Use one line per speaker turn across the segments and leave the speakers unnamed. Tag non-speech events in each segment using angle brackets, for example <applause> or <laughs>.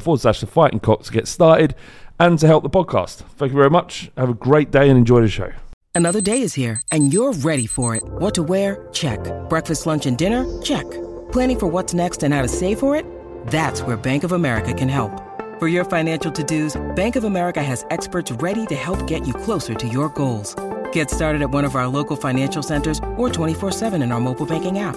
forward slash the fighting cock to get started and to help the podcast. Thank you very much. Have a great day and enjoy the show.
Another day is here, and you're ready for it. What to wear? Check. Breakfast, lunch, and dinner? Check. Planning for what's next and how to save for it? That's where Bank of America can help. For your financial to dos, Bank of America has experts ready to help get you closer to your goals. Get started at one of our local financial centers or 24-7 in our mobile banking app.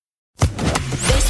This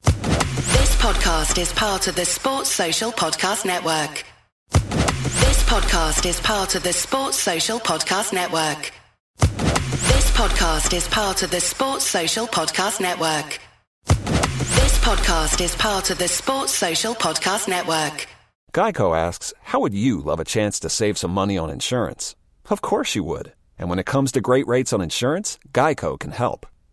This podcast is part of the Sports Social Podcast Network. This podcast is part of the Sports Social Podcast Network. This podcast is part of the Sports Social Podcast Network. This podcast is part of the Sports Social Podcast Network.
Geico asks, How would you love a chance to save some money on insurance? Of course you would. And when it comes to great rates on insurance, Geico can help.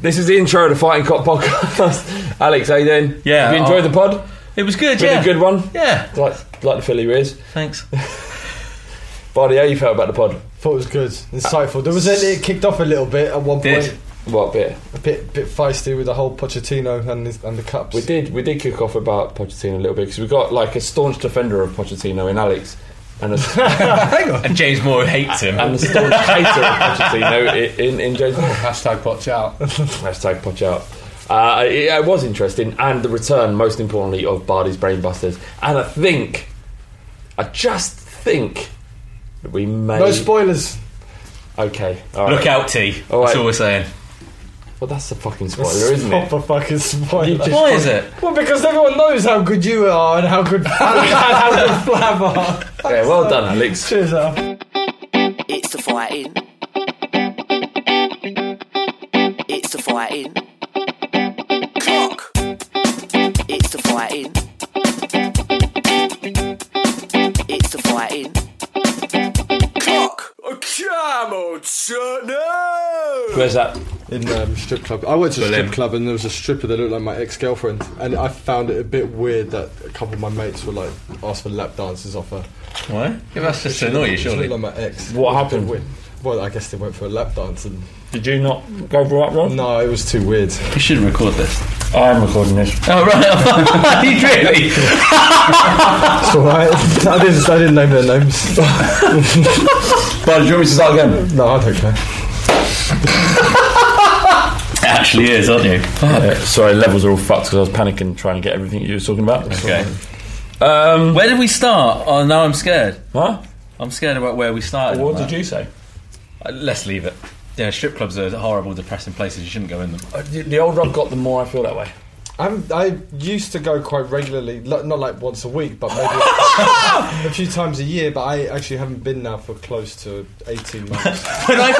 This is the intro of the Fighting Cop podcast. <laughs> Alex, how you doing?
Yeah,
Have you enjoyed
I-
the pod?
It was good,
Been
yeah.
a good one.
Yeah,
Like, like the Philly Rears.
thanks.
Barney, how you felt about the pod?
Thought it was good, insightful. There was a, it kicked off a little bit at one
Did.
point,
What bit?
a bit bit feisty with the whole Pochettino and his, and the cups.
We did. We did kick off about Pochettino a little bit because we got like a staunch defender of Pochettino in Alex, and a,
and James Moore hates him.
and a staunch hater of Pochettino i- in in James. Moore.
Hashtag watch out.
<laughs> Hashtag Poch out. Uh, it, it was interesting, and the return, most importantly, of Bardi's Brainbusters. And I think, I just think, that we may.
no spoilers.
Okay. All right.
Look out, T.
All
That's
right.
all we're saying.
Well, that's a fucking spoiler, isn't
<laughs>
it?
Proper fucking spoiler.
Why is it?
well, because everyone knows how good you are and how good <laughs> and how good Flav are.
Yeah, well done, Alex.
Cheers, Al.
It's the fighting. It's the fighting. Clock. It's the fighting.
Where's that?
in um, strip club. I went to a
Berlin.
strip club and there was a stripper that looked like my ex girlfriend, and I found it a bit weird that a couple of my mates were like asked for lap dances off her.
Why? Yeah, that's just to annoy you,
She
surely.
looked like my
What
ex. It was a bit
happened?
weird. Well, I guess they went for a lap dance, and
Did you not go for that one?
no, it was too weird.
You should record this.
I am recording this.
Oh, <laughs> right. you really?
It's <laughs> all right. I didn't. I didn't name their names.
Well, do you want me to start again?
no, I don't care.
It actually is, aren't you?
Uh, sorry, levels are all fucked because I was panicking trying to get everything you were talking about.
Okay.
Um,
Where did we start? Oh, now I'm scared.
huh?
I'm scared about where we started.
What
on
did
that.
you say?
Uh, let's leave it. Yeah, strip clubs are horrible, depressing places. You shouldn't go
<laughs>
in them.
Uh, the- The older I've got, the more I feel that way.
I'm, I used to go quite regularly, lo- not like once a week, but maybe a few times a year. But I actually haven't been now for close to
<laughs>
18 months.
when I,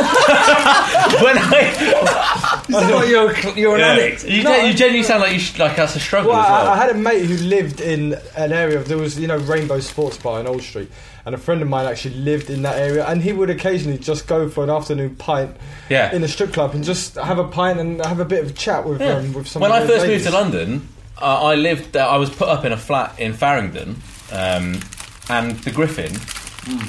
when I,
like you're, you're an addict.
You, gen- you genuinely sound like you sh- like that's a struggle
Well,
as well.
I, I had a mate who lived in an area. There was, you know, Rainbow Sports Bar in Old Street, and a friend of mine actually lived in that area. And he would occasionally just go for an afternoon pint
Yeah.
in a strip club and just have a pint and have a bit of a chat with um, with some.
when
of
I
the
first
ladies.
moved to London, uh, I lived. Uh, I was put up in a flat in Farringdon, um, and the Griffin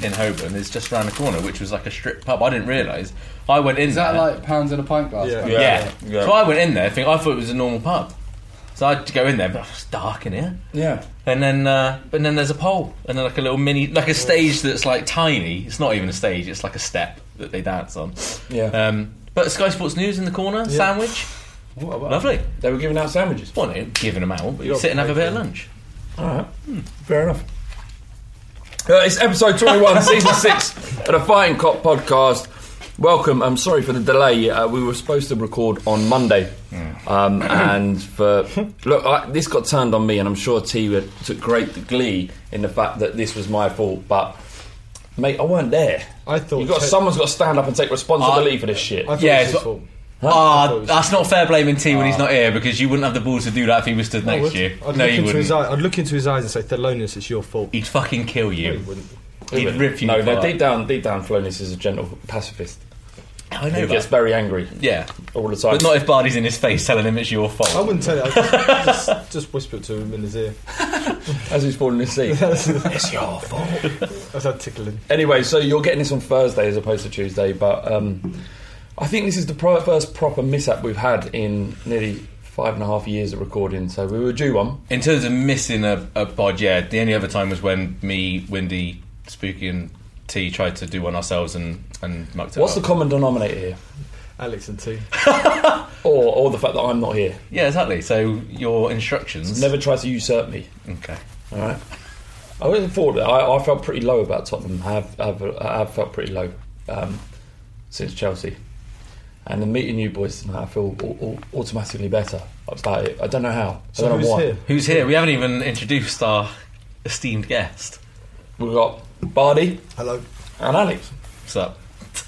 in Holborn is just around the corner, which was like a strip pub. I didn't realise. I went in.
Is that
there-
like pounds in a pint glass?
Yeah.
Yeah.
Yeah.
So I went in there. Think I thought it was a normal pub. So I had to go in there, but it's dark in here.
Yeah.
And then, uh, and then there's a pole, and then like a little mini, like a stage that's like tiny. It's not even a stage; it's like a step that they dance on.
Yeah.
Um, but Sky Sports News in the corner, sandwich, lovely.
They were giving out sandwiches.
Well, no, giving them out, but you
You're
sit and have a bit of lunch.
Fair enough. Uh, it's episode 21, <laughs> season 6 of the Fighting Cop podcast. Welcome. I'm sorry for the delay. Uh, we were supposed to record on Monday. Um, <clears throat> and for. Look, I, this got turned on me, and I'm sure T would- took great glee in the fact that this was my fault, but. Mate, I weren't there.
I thought
you got
Ted-
someone's got to stand up and take responsibility for this shit.
I thought
Yeah,
it was
it's
his
what-
fault.
Ah,
was- Ah.
that's not fair blaming T when he's not here because you wouldn't have the balls to do that if he was stood
I
next
would.
to you.
I'd
no,
look
you
into his
wouldn't.
eye. I'd look into his eyes and say, "Thelonious, it's your
<laughs>
fault."
He'd fucking kill you.
He wouldn't.
He'd rip you.
no, no,
apart.
deep down, deep down, Flonus is a gentle pacifist
I
who
know
gets
that.
very angry
Yeah,
all the time.
but not if Barney's in his face telling him it's your
I
fault.
wouldn't tell it. I'd just, <laughs> just, just whisper it to him in his ear.
as he's falling <laughs> asleep.
That's
your fault.
how tickling.
Anyway, so you're getting this on Thursday as opposed to Tuesday, but um, I think this is the pri- first proper mishap we've had in nearly five and a half years of recording. So we were due one.
In terms of missing a, a pod, yeah, the only other time was when me, Windy, Spooky, and T tried to do one ourselves and, and mucked it
What's the
up.
common denominator here?
Alex and T.
Or, or the fact that I'm not here.
yeah, exactly. So your instructions.
Never try to usurp me.
Okay.
All right. I would have thought that I, I felt pretty low about Tottenham. I have, I have, I have felt pretty low um, since Chelsea. And then meeting you boys tonight, I feel au- au- automatically better about it. I don't know how. I
So
don't
who's
know why.
here?
Who's here? We haven't even introduced our esteemed guest.
We've got Bardi
Hello.
and Alex.
What's up?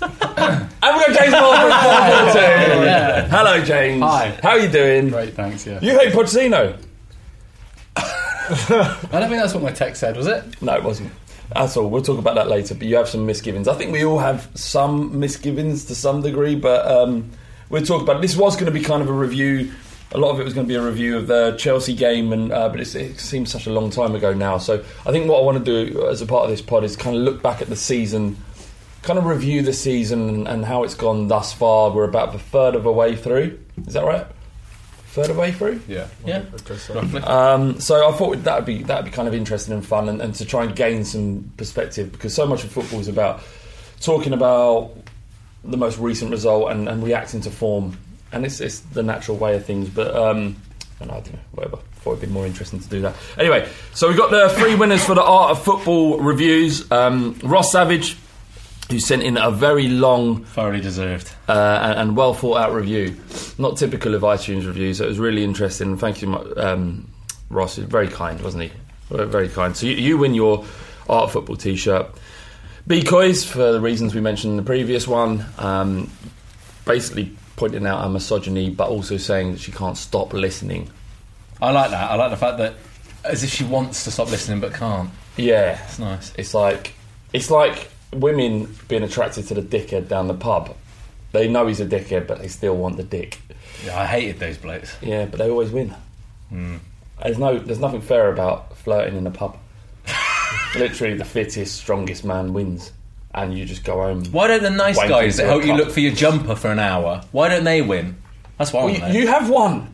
And we've got James
<laughs>
Marlborough too.
Yeah.
Hello, James.
Hi.
How are you doing?
Great, thanks, yeah.
You hate Pochettino?
<laughs> I don't think that's what my text said, was it?
No, it wasn't. That's all. We'll talk about that later. But you have some misgivings. I think we all have some misgivings to some degree. But um, we'll talk about this. Was going to be kind of a review. A lot of it was going to be a review of the Chelsea game, and uh, but it's, it seems such a long time ago now. So I think what I want to do as a part of this pod is kind of look back at the season, kind of review the season and, and how it's gone thus far. We're about a third of a way through. Is that right? Third of a way through.
Yeah.
Yeah.
Um, so I thought that would be that would be kind of interesting and fun, and, and to try and gain some perspective because so much of football is about talking about the most recent result and, and reacting to form, and it's, it's the natural way of things. But um, and I don't know, whatever. Thought it'd be more interesting to do that. Anyway, so we got the three winners for the Art of Football reviews. Um, Ross Savage, who sent in a very long
Thoroughly deserved.
uh, and, and well thought out review. Not typical of iTunes reviews. So it was really interesting. Thank you, mu- um, Ross. He was Very kind, wasn't he? Very- Very kind. So you, you win your Art of Football T-shirt. Becoys for the reasons we mentioned in the previous one. Um, basically pointing out our misogyny, but also saying that she can't stop listening.
I like that. I like the fact that as if she wants to stop listening but can't.
Yeah,
It's nice.
it's like it's like women being attracted to the dickhead down the pub. They know he's a dickhead, but they still want the dick.
Yeah, I hated those blokes.
Yeah, but they always win. There's no, there's nothing fair about flirting in a pub. Literally, the fittest, strongest man wins, and you just go home.
Why don't the nice
Wanking
guys that
through a
help you
cup.
look for your jumper for an hour? Why don't they win? That's why I
Well,
want to know.
you, you have won.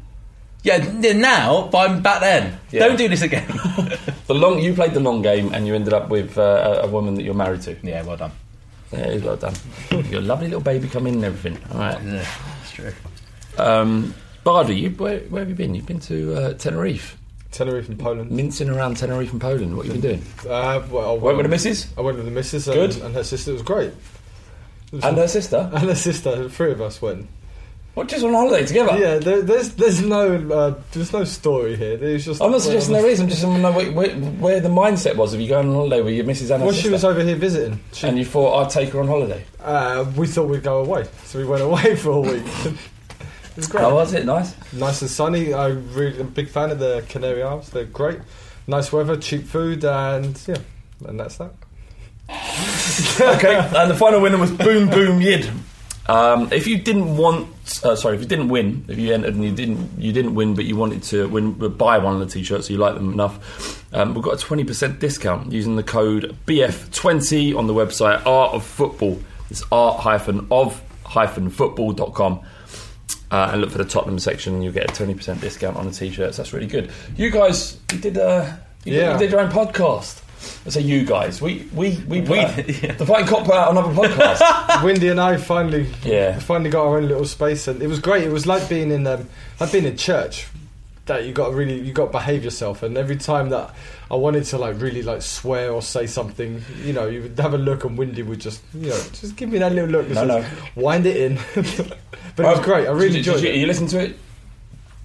yeah, n- now, but I'm back then.
Yeah.
Don't do this again.
The long, you played the long game, and you ended up with uh, a, a woman that you're married to.
yeah, well done.
Yeah, it's well done. Your lovely little baby come in and everything. All right.
Yeah, that's true.
Um, Bardi, you, where, where have you been? You've been to uh, Tenerife,
Tenerife in Poland.
mincing around Tenerife and Poland. What have you been doing?
Uh, well, I
Went with the missus
I went with the missus and,
Good.
and her sister. It was great. <laughs> It was-
and her sister.
and her sister. The three of us went.
What, just on holiday together?
Yeah, there, there's there's no uh, there's no story here. There's just
I'm not suggesting
well,
there is. I'm just wondering where, where, where the mindset was of you going on holiday with your missus and her
Well,
sister,
she was over here visiting. She,
and you thought I'd take her on holiday.
uh, we thought we'd go away, so we went away <laughs> for a week. it was great.
How was it? Nice.
Nice and sunny. I really, I'm a big fan of the Canary Islands. They're great. Nice weather, cheap food, and yeah, and that's that.
okay, and the final winner was Boom Boom Yid. Um, if you didn't want, uh, sorry, if you didn't win, if you entered and you didn't, you didn't win, but you wanted to win, buy one of the t-shirts, so you like them enough, um, we've got a twenty percent discount using the code BF20 on the website Art of Football. It's art hyphen of hyphen football.com. Uh, and look for the Tottenham section, and you'll get a twenty percent discount on the t-shirts. That's really good. You guys, you did, uh, you,
Yeah.
you did your own podcast. I say you guys. We we we, put
We-
out-
yeah.
the fighting cop put out another podcast.
Windy and I finally,
Yeah.
finally got our own little space, and it was great. It was like being in, um, like being in church. That you got to really, you got to behave yourself. And every time that I wanted to like really like swear or say something, you know, you would have a look, and Windy would just, you know, just give me that little look. that
No,
says, Wind it in. <laughs> but <laughs> it was great. I
Did
really
you-
enjoyed
did you,
it.
You listen to it?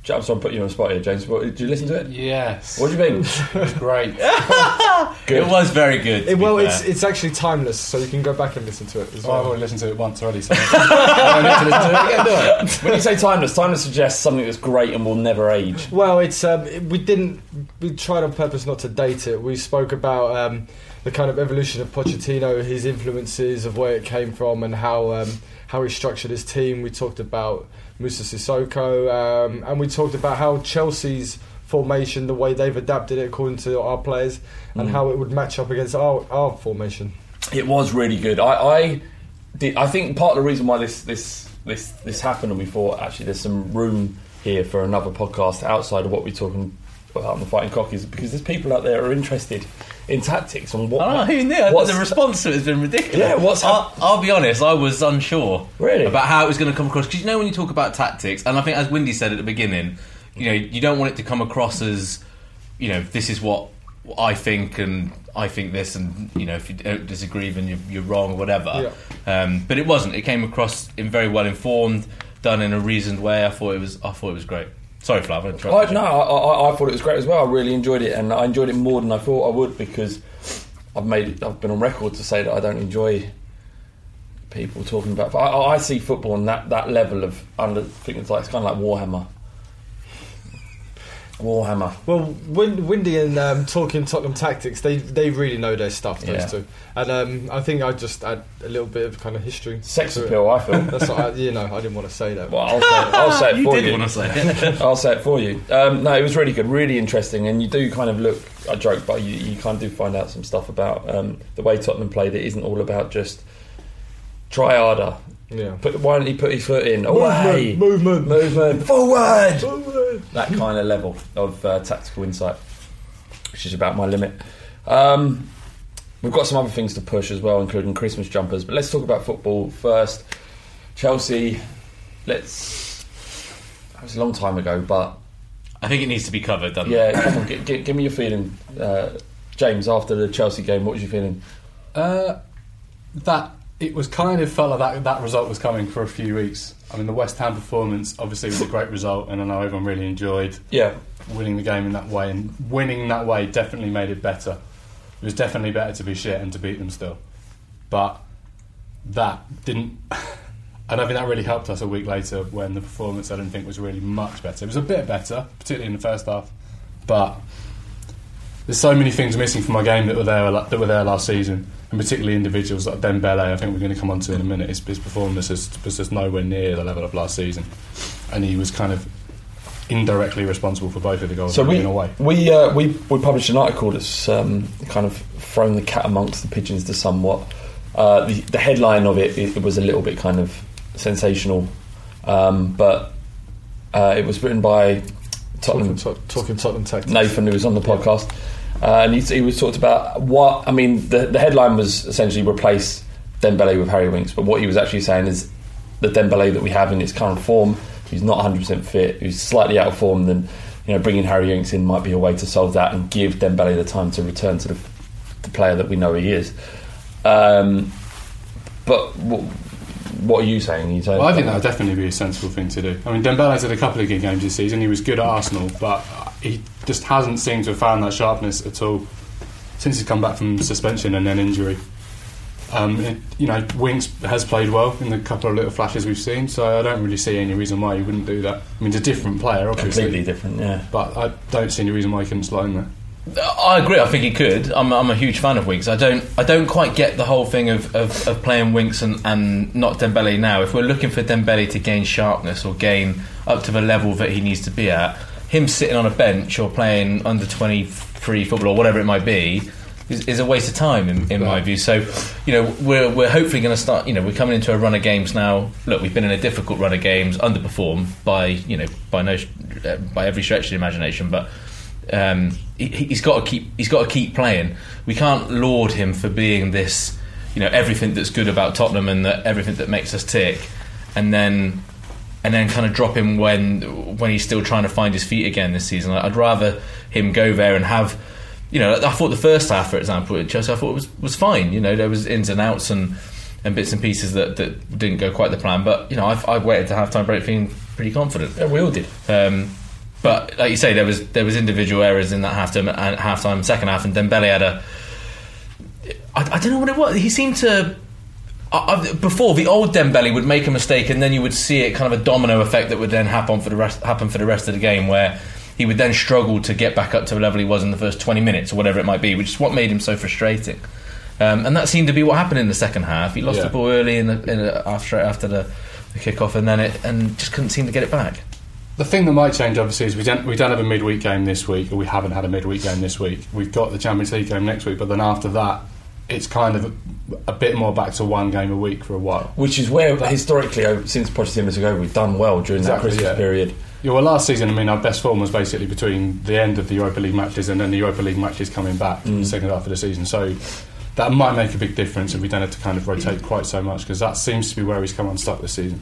J- I'm sorry, I'm putting you on the spot here, James. But did you listen to it?
Yes.
What do you think?
<laughs>
Great.
It was very good. to
It-
be
well,
fair.
it's it's actually timeless, so you can go back and listen to it as
Well, I've
Oh,
well.
already listened to it once already, so I don't need to listen to it again, do I?
when you say timeless, timeless suggests something that's great and will never age.
Well, it's um, it- we didn't we tried on purpose not to date it. We spoke about um, the kind of evolution of Pochettino, his influences, of where it came from, and how um, how he structured his team. We talked about Musa Sissoko, um, and we talked about how Chelsea's formation, the way they've adapted it according to our players, and how it would match up against our, our formation.
It was really good. I, I did. I think part of the reason why this this this this happened, and we thought actually there's some room here for another podcast outside of what we're talking about on the fighting cock is because there's people out there who are interested in tactics and what.
Ah,
Oh, who knew?
what's-
the response to it has been ridiculous.
Yeah, what's hap-
I'll, I'll be honest, I was unsure.
Really?
About how it was going to come across. Because you know, when you talk about tactics, and I think as Windy said at the beginning, you know, you don't want it to come across as, you know, this is what I think and I think this, and, you know, if you don't disagree, then you're, you're wrong or whatever. Um, but it wasn't. It came across in very well informed, done in a reasoned way. I thought it was, I thought it was great. Sorry, Flav, I interrupted
I,
you.
no, I, I, I thought it was great as well. I really enjoyed it, and I enjoyed it more than I thought I would because I've made I've been on record to say that I don't enjoy people talking about. I, I I see football on that, that level of under. I think it's like it's kind of like Warhammer. Warhammer.
Well, Win- Windy and um, talking Tottenham tactics, they they really know their stuff. Those
Yeah.
two, and um, I think I just add a little bit of kind of history.
Sex
to it.
appeal, I feel.
<laughs> That's what I, you know. I didn't want to say that.
Well, I'll say, I'll say it
<laughs> You
for
did
you.
want to say
<laughs>
it.
I'll say it for you. Um, no, it was really good, really interesting, and you do kind of look. I joke, but you, you kind of do find out some stuff about um, the way Tottenham played. It isn't all about just try harder.
Yeah.
Put, why don't he put his foot in? Away,
Movement,
movement, forward.
movement.
That kind of level of uh, tactical insight, which is about my limit. Um, we've got some other things to push as well, including Christmas jumpers. But let's talk about football first. Chelsea. Let's. That was a long time ago, but
I think it needs to be covered, doesn't it?
yeah, come on, g- give me your feeling, uh, James. After the Chelsea game, what was you feeling?
Uh, that it was kind of felt like that that result was coming for a few weeks. I mean, the West Ham performance obviously was a great result, and I know everyone really enjoyed
Yeah,
winning the game in that way. And winning that way definitely made it better. It was definitely better to be shit and to beat them still, but that didn't. <laughs> I don't think that really helped us a week later when the performance I didn't think was really much better. It was a bit better, particularly in the first half, but there's so many things missing from my game that were there that were there last season, and particularly individuals like Dembele, I think we're going to come on to in a minute, his, his performance is, was just nowhere near the level of last season. And he was kind of indirectly responsible for both of the goals
So we
in a way.
we, uh, we we published an article that's um, kind of thrown the cat amongst the pigeons to somewhat. Uh, the, the headline of it, it, was a little bit kind of sensational, um, but uh, it was written by Tottenham
Talking, Tot- talking Tottenham tactics.
Nathan, who was on the podcast, uh, and he, he was talked about what I mean. The, the headline was essentially replace Dembele with Harry Winks, but what he was actually saying is the Dembele that we have in his current form, who's not 100 percent fit, who's slightly out of form, then you know bringing Harry Winks in might be a way to solve that and give Dembele the time to return to the, the player that we know he is. Um, but what, what are you saying? Are you saying
Well, I think that would definitely be a sensible thing to do. I mean, Dembele's had a couple of good games this season. He was good at Arsenal, but he just hasn't seemed to have found that sharpness at all since he's come back from suspension and then injury. Um, it- you know, Winks has played well in the couple of little flashes we've seen, so I don't really see any reason why he wouldn't do that. I mean, he's a different player, obviously,
completely different. Yeah.
but I don't see any reason why he couldn't slot in there.
I agree. I think he could. I'm, I'm a huge fan of Winks. I don't. I don't quite get the whole thing of, of, of playing Winks and, and not Dembele now. If we're looking for Dembele to gain sharpness or gain up to the level that he needs to be at, him sitting on a bench or playing under 23 football or whatever it might be is, is a waste of time in, in my view. So, you know, we're we're hopefully going to start. You know, we're coming into a run of games now. Look, we've been in a difficult run of games, underperformed by you know by no uh, by every stretch of the imagination, but um, he, he's got to keep he's got to keep playing. We can't laud him for being this, you know, everything that's good about Tottenham and that everything that makes us tick, and then and then kind of drop him when when he's still trying to find his feet again this season. I'd rather him go there and have. You know, I thought the first half, for example, at Chelsea, I thought was was fine. You know, there was ins and outs and, and bits and pieces that, that didn't go quite the plan. But you know, I've, I've waited to half time break feeling pretty confident.
Yeah, we all did.
Um, but like you say, there was there was individual errors in that half time, and half time second half, and Dembele had a. I, I don't know what it was. He seemed to. I, I, before the old Dembele would make a mistake, and then you would see it kind of a domino effect that would then happen for the rest happen for the rest of the game, where he would then struggle to get back up to the level he was in the first twenty minutes or whatever it might be, which is what made him so frustrating. Um, and that seemed to be what happened in the second half. He lost
Yeah.
the ball early in the, in the, after straight after the, the kickoff, and then it and just couldn't seem to get it back.
The thing that might change, obviously, is we don't we don't have a midweek game this week, or we haven't had a midweek game this week. We've got the Champions League game next week, but then after that, it's kind of a, a bit more back to one game a week for a while.
Which is where historically, over- since Pochettino's ago, we've done well during that
Exactly,
Christmas
yeah.
period.
Yeah, well, last season, I mean, our best form was basically between the end of the Europa League matches and then the Europa League matches coming back
Mm.
in the second half of the season. So that might make a big difference if we don't have to kind of rotate quite so much because that seems to be where he's come unstuck this season.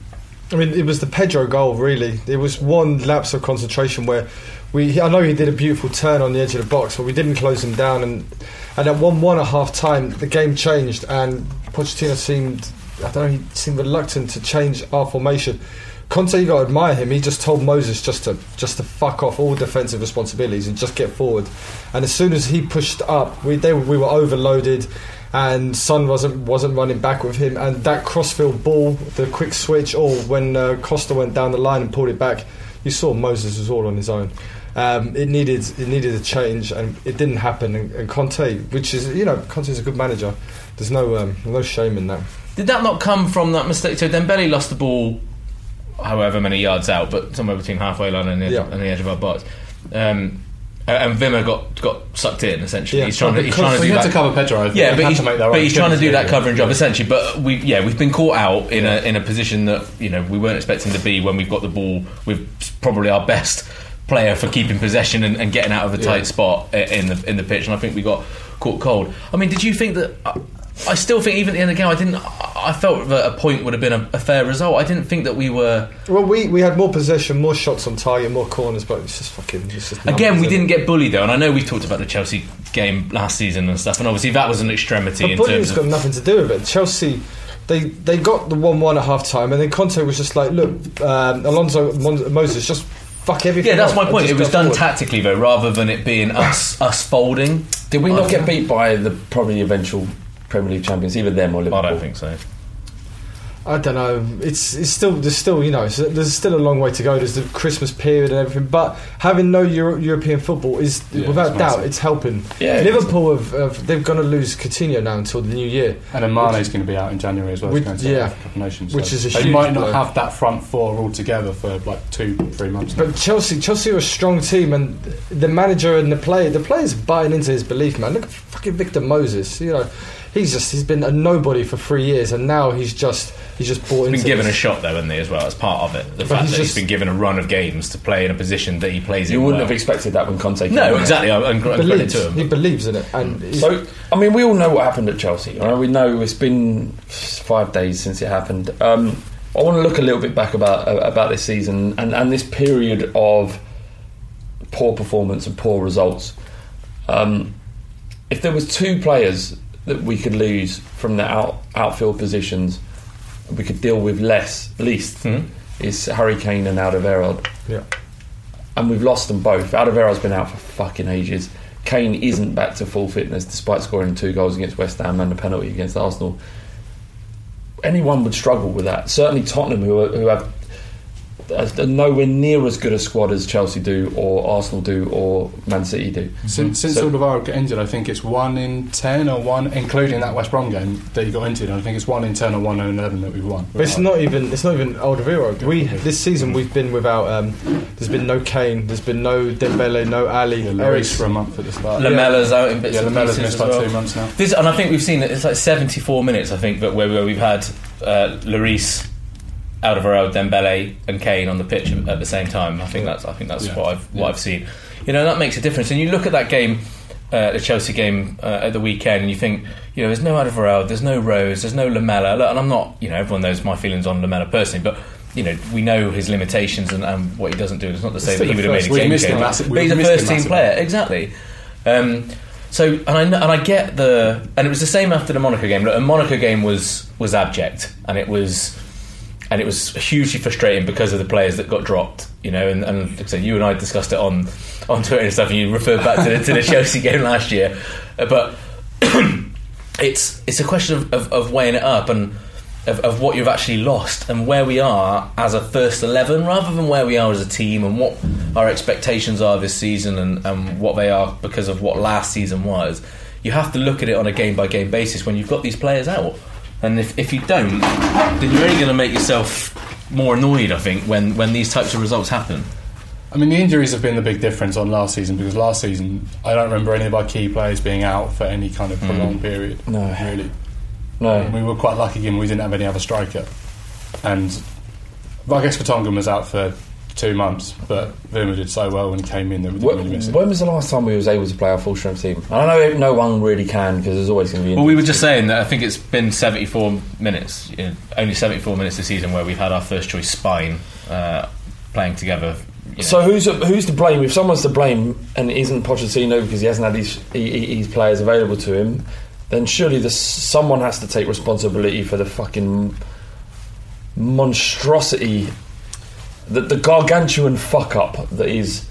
I mean, it was the Pedro goal, really. It was one lapse of concentration where we. I know he did a beautiful turn on the edge of the box, but we didn't close him down. And, and at 1 1 at half time, the game changed, and Pochettino seemed. I don't know, he seemed reluctant to change our formation. Conte, you got to admire him. He just told Moses just to just to fuck off all defensive responsibilities and just get forward. And as soon as he pushed up, we they, we were overloaded, and Son wasn't wasn't running back with him. And that crossfield ball, the quick switch, or when uh, Costa went down the line and pulled it back, you saw Moses was all on his own. Um, it needed it needed a change, and it didn't happen. And, and Conte, which is you know Conte's a good manager. There's no um, no shame in that.
Did that not come from that mistake? So Dembele lost the ball, however many yards out, but somewhere between halfway line and the edge,
Yeah.
and the edge of our box. Um, and and Vimmer got got sucked in essentially.
Yeah,
he's trying to he's trying to
because
We
do
had
that.
to cover Pedro. I think.
yeah,
We
but
had
he's,
to make that
but
right.
he's trying to do
Goodness
that
me.
covering job essentially. But we yeah we've been caught out in a in a position that you know we weren't expecting to be when we've got the ball with probably our best player for keeping possession and, and getting out of a tight spot i- in the in the pitch. And I think we got caught cold. I mean, did you think that? I, I still think even in the game I didn't. I I felt that a point would have been a, a fair result. I didn't think that we were.
Well, we, we had more possession, more shots on target, more corners, but it's just fucking. It's just
Again,
numbers,
we
innit?
didn't get bullied though, and I know we talked about the Chelsea game last season and stuff, and obviously that was an extremity
But
in
bullying's
terms
got
of.
nothing to do with it. Chelsea, they they got the one-one at half time, and then Conte was just like, "Look, um, Alonso Mon- Moses, just fuck everything."
Yeah, that's
up
my
and
point.
just
It was
go
done
forward."
tactically though, rather than it being us us folding.
Did we not get beat by the probably eventual Premier League champions, either them or
I
Liverpool?
don't think so.
I don't know. It's it's still there's still you know s- there's still a long way to go. There's the Christmas period and everything, but having no Euro- European football is
Yeah,
without
it's
doubt
massive.
it's helping.
Yeah, it
Liverpool have, have they're going to lose Coutinho now until the new year.
And then Mane's going to be out in January as well.
Which-
He's going to
yeah.
the Cup of Nations,
Which is a
they
huge
might not
blow.
have that front four altogether for like two, three months. now.
But Chelsea, Chelsea are a strong team, and the manager and the player, the players buying into his belief, man. Look at fucking Victor Moses. You know, he's just he's been a nobody for three years, and now he's just he's just bought
He's
into.
been given
this.
a shot though, hasn't he? As well as part of it, the fact
he's
that he's
just-
been given a run of games to play in a position that he plays
You
in.
wouldn't
well.
have expected that when Conte came
No,
in.
exactly. I- And, and credit
believes,
to
he
him. Mm.
believes in it, and he's-
So, I mean, we all know what happened at Chelsea. Right? We know it's been five days since it happened. Um, I want to look a little bit back about uh, about this season and, and this period of poor performance and poor results. Um, if there was two players that we could lose from the out, outfield positions, we could deal with less, least, is Harry Kane and Alderweireld
yeah.
and we've lost them both. Alderweireld's been out for fucking ages. Kane isn't back to full fitness despite scoring two goals against West Ham and a penalty against Arsenal. Anyone would struggle with that. Certainly Tottenham, who, are, who have a, a nowhere near as good a squad as Chelsea do, or Arsenal do, or Man City do.
Mm-hmm.
Mm-hmm.
Since since
So-
Alderweireld got injured, I think it's one in ten or one, including that West Brom game that he got injured. I think it's one in ten or one in eleven that we've won.
But it's not even it's not even Alderweireld. We this season we've been without. Um, there's been no Kane. There's been no Dembele. No Ali.
Yeah, Lloris for a
Ericsson.
month at the start.
Lamella's out in bits
Yeah,
and
Lamella's
pieces
missed
as
like
well.
two months now.
This, and I think we've seen it. It's like 74 minutes, I think, but where, where we've had uh, Lloris, Alderweireld, Dembele, and Kane on the pitch at the same time. I think that's I think that's
Yeah.
what I've what I've seen. You know, that makes a difference. And you look at that game, uh, the Chelsea game uh, at the weekend, and you think, you know, there's no Alderweireld, there's no Rose, there's no Lamella. Look, and I'm not, you know, everyone knows my feelings on Lamella personally, but. You know, we know his limitations and, and what he doesn't do. It's not to say that
still
he
the
would have made
first-
a
we
game
missed him
changer.
massive- we
But he's a
missed him
first team
massively.
player, exactly. Um, so, and I kn- and I get the and it was the same after the Monaco game. Look, the Monaco game was was abject, and it was and it was hugely frustrating because of the players that got dropped. You know, and, and like I said, you and I discussed it on on Twitter and stuff. And you referred back to the, to the <laughs> Chelsea game last year, Uh, but it's it's a question of, of, of weighing it up and of, of what you've actually lost and where we are as a first eleven rather than where we are as a team and what our expectations are this season and, and what they are because of what last season was. You have to look at it on a game by game basis when you've got these players out. And if, if you don't, then you're only going to make yourself more annoyed, I think, when, when these types of results happen.
I mean, the injuries have been the big difference on last season because last season I don't remember any of our key players being out for any kind
Mm.
of prolonged period.
No.
really.
No.
We were quite lucky again. We didn't have any other striker, and well, I guess Vertonghen was out for two months, but Verma did so well when he came in that we didn't
When,
really miss him.
when was the last time we was able to play our full strength team? I know no one really can because there's always going to be.
Well, we were just saying that I think it's been 74 minutes, you know, only 74 minutes this season where we've had our first choice spine uh, playing together. you know.
So who's who's to blame? If someone's to blame and it isn't Pochettino because he hasn't had his he- he- his players available to him, then surely the, someone has to take responsibility for the fucking monstrosity, the, the gargantuan fuck up that is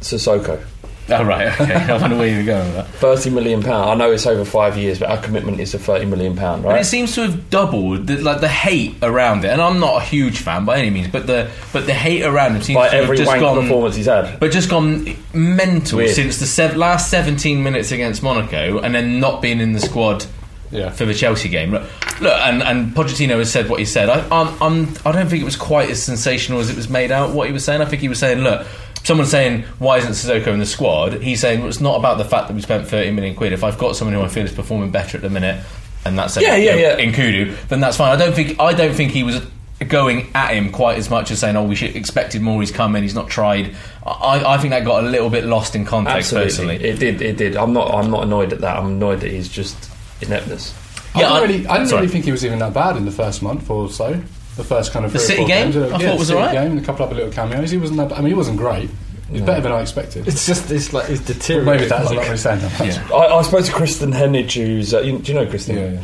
Sissoko.
<laughs> oh right, okay. I wonder where you were going with that.
Thirty million pound. I know it's over five years, but our commitment is to thirty million pound,
And
right?
it seems to have doubled the, like the hate around it. And I'm not a huge fan by any means, but the but the hate around him seems
By
to have
every
just
wank
gone
performance he's had.
but just gone mental
Weird.
since the sev- last 17 minutes against Monaco and then not being in the squad
Yeah.
for the Chelsea game. Look, look and, and Pochettino has said what he said. I, I'm, I'm, I don't think it was quite as sensational as it was made out, what he was saying. I think he was saying, look, someone's saying, why isn't Sissoko in the squad? He's saying, well, it's not about the fact that we spent 30 million quid. If I've got someone who I feel is performing better at the minute, and that's
Yeah, yeah, yeah.
in Kudu, then that's fine. I don't think I don't think he was going at him quite as much as saying, "Oh, we should expected more. He's come in. He's not tried." I, I think that got a little bit lost in context
Absolutely,
personally.
it did. It did. I'm not. I'm not annoyed at that. I'm annoyed that he's just ineptness.
I,
Yeah, I-
don't really, I didn't
sorry.
really think he was even that bad in the first month or so. The first kind of
The
three or
City
four
game?
games. uh,
I thought
yeah,
it was
the City
alright.
game and a couple of little cameos. He wasn't that. Bad. I mean, he wasn't great. He was better than I expected.
It's just it's like it's
But
deteriorating.
maybe that's
like,
not really saying that much.
<laughs> Yeah.
I, I spoke to Kristen Hennage, who's uh, you, do you know Kristen?
Yeah, yeah.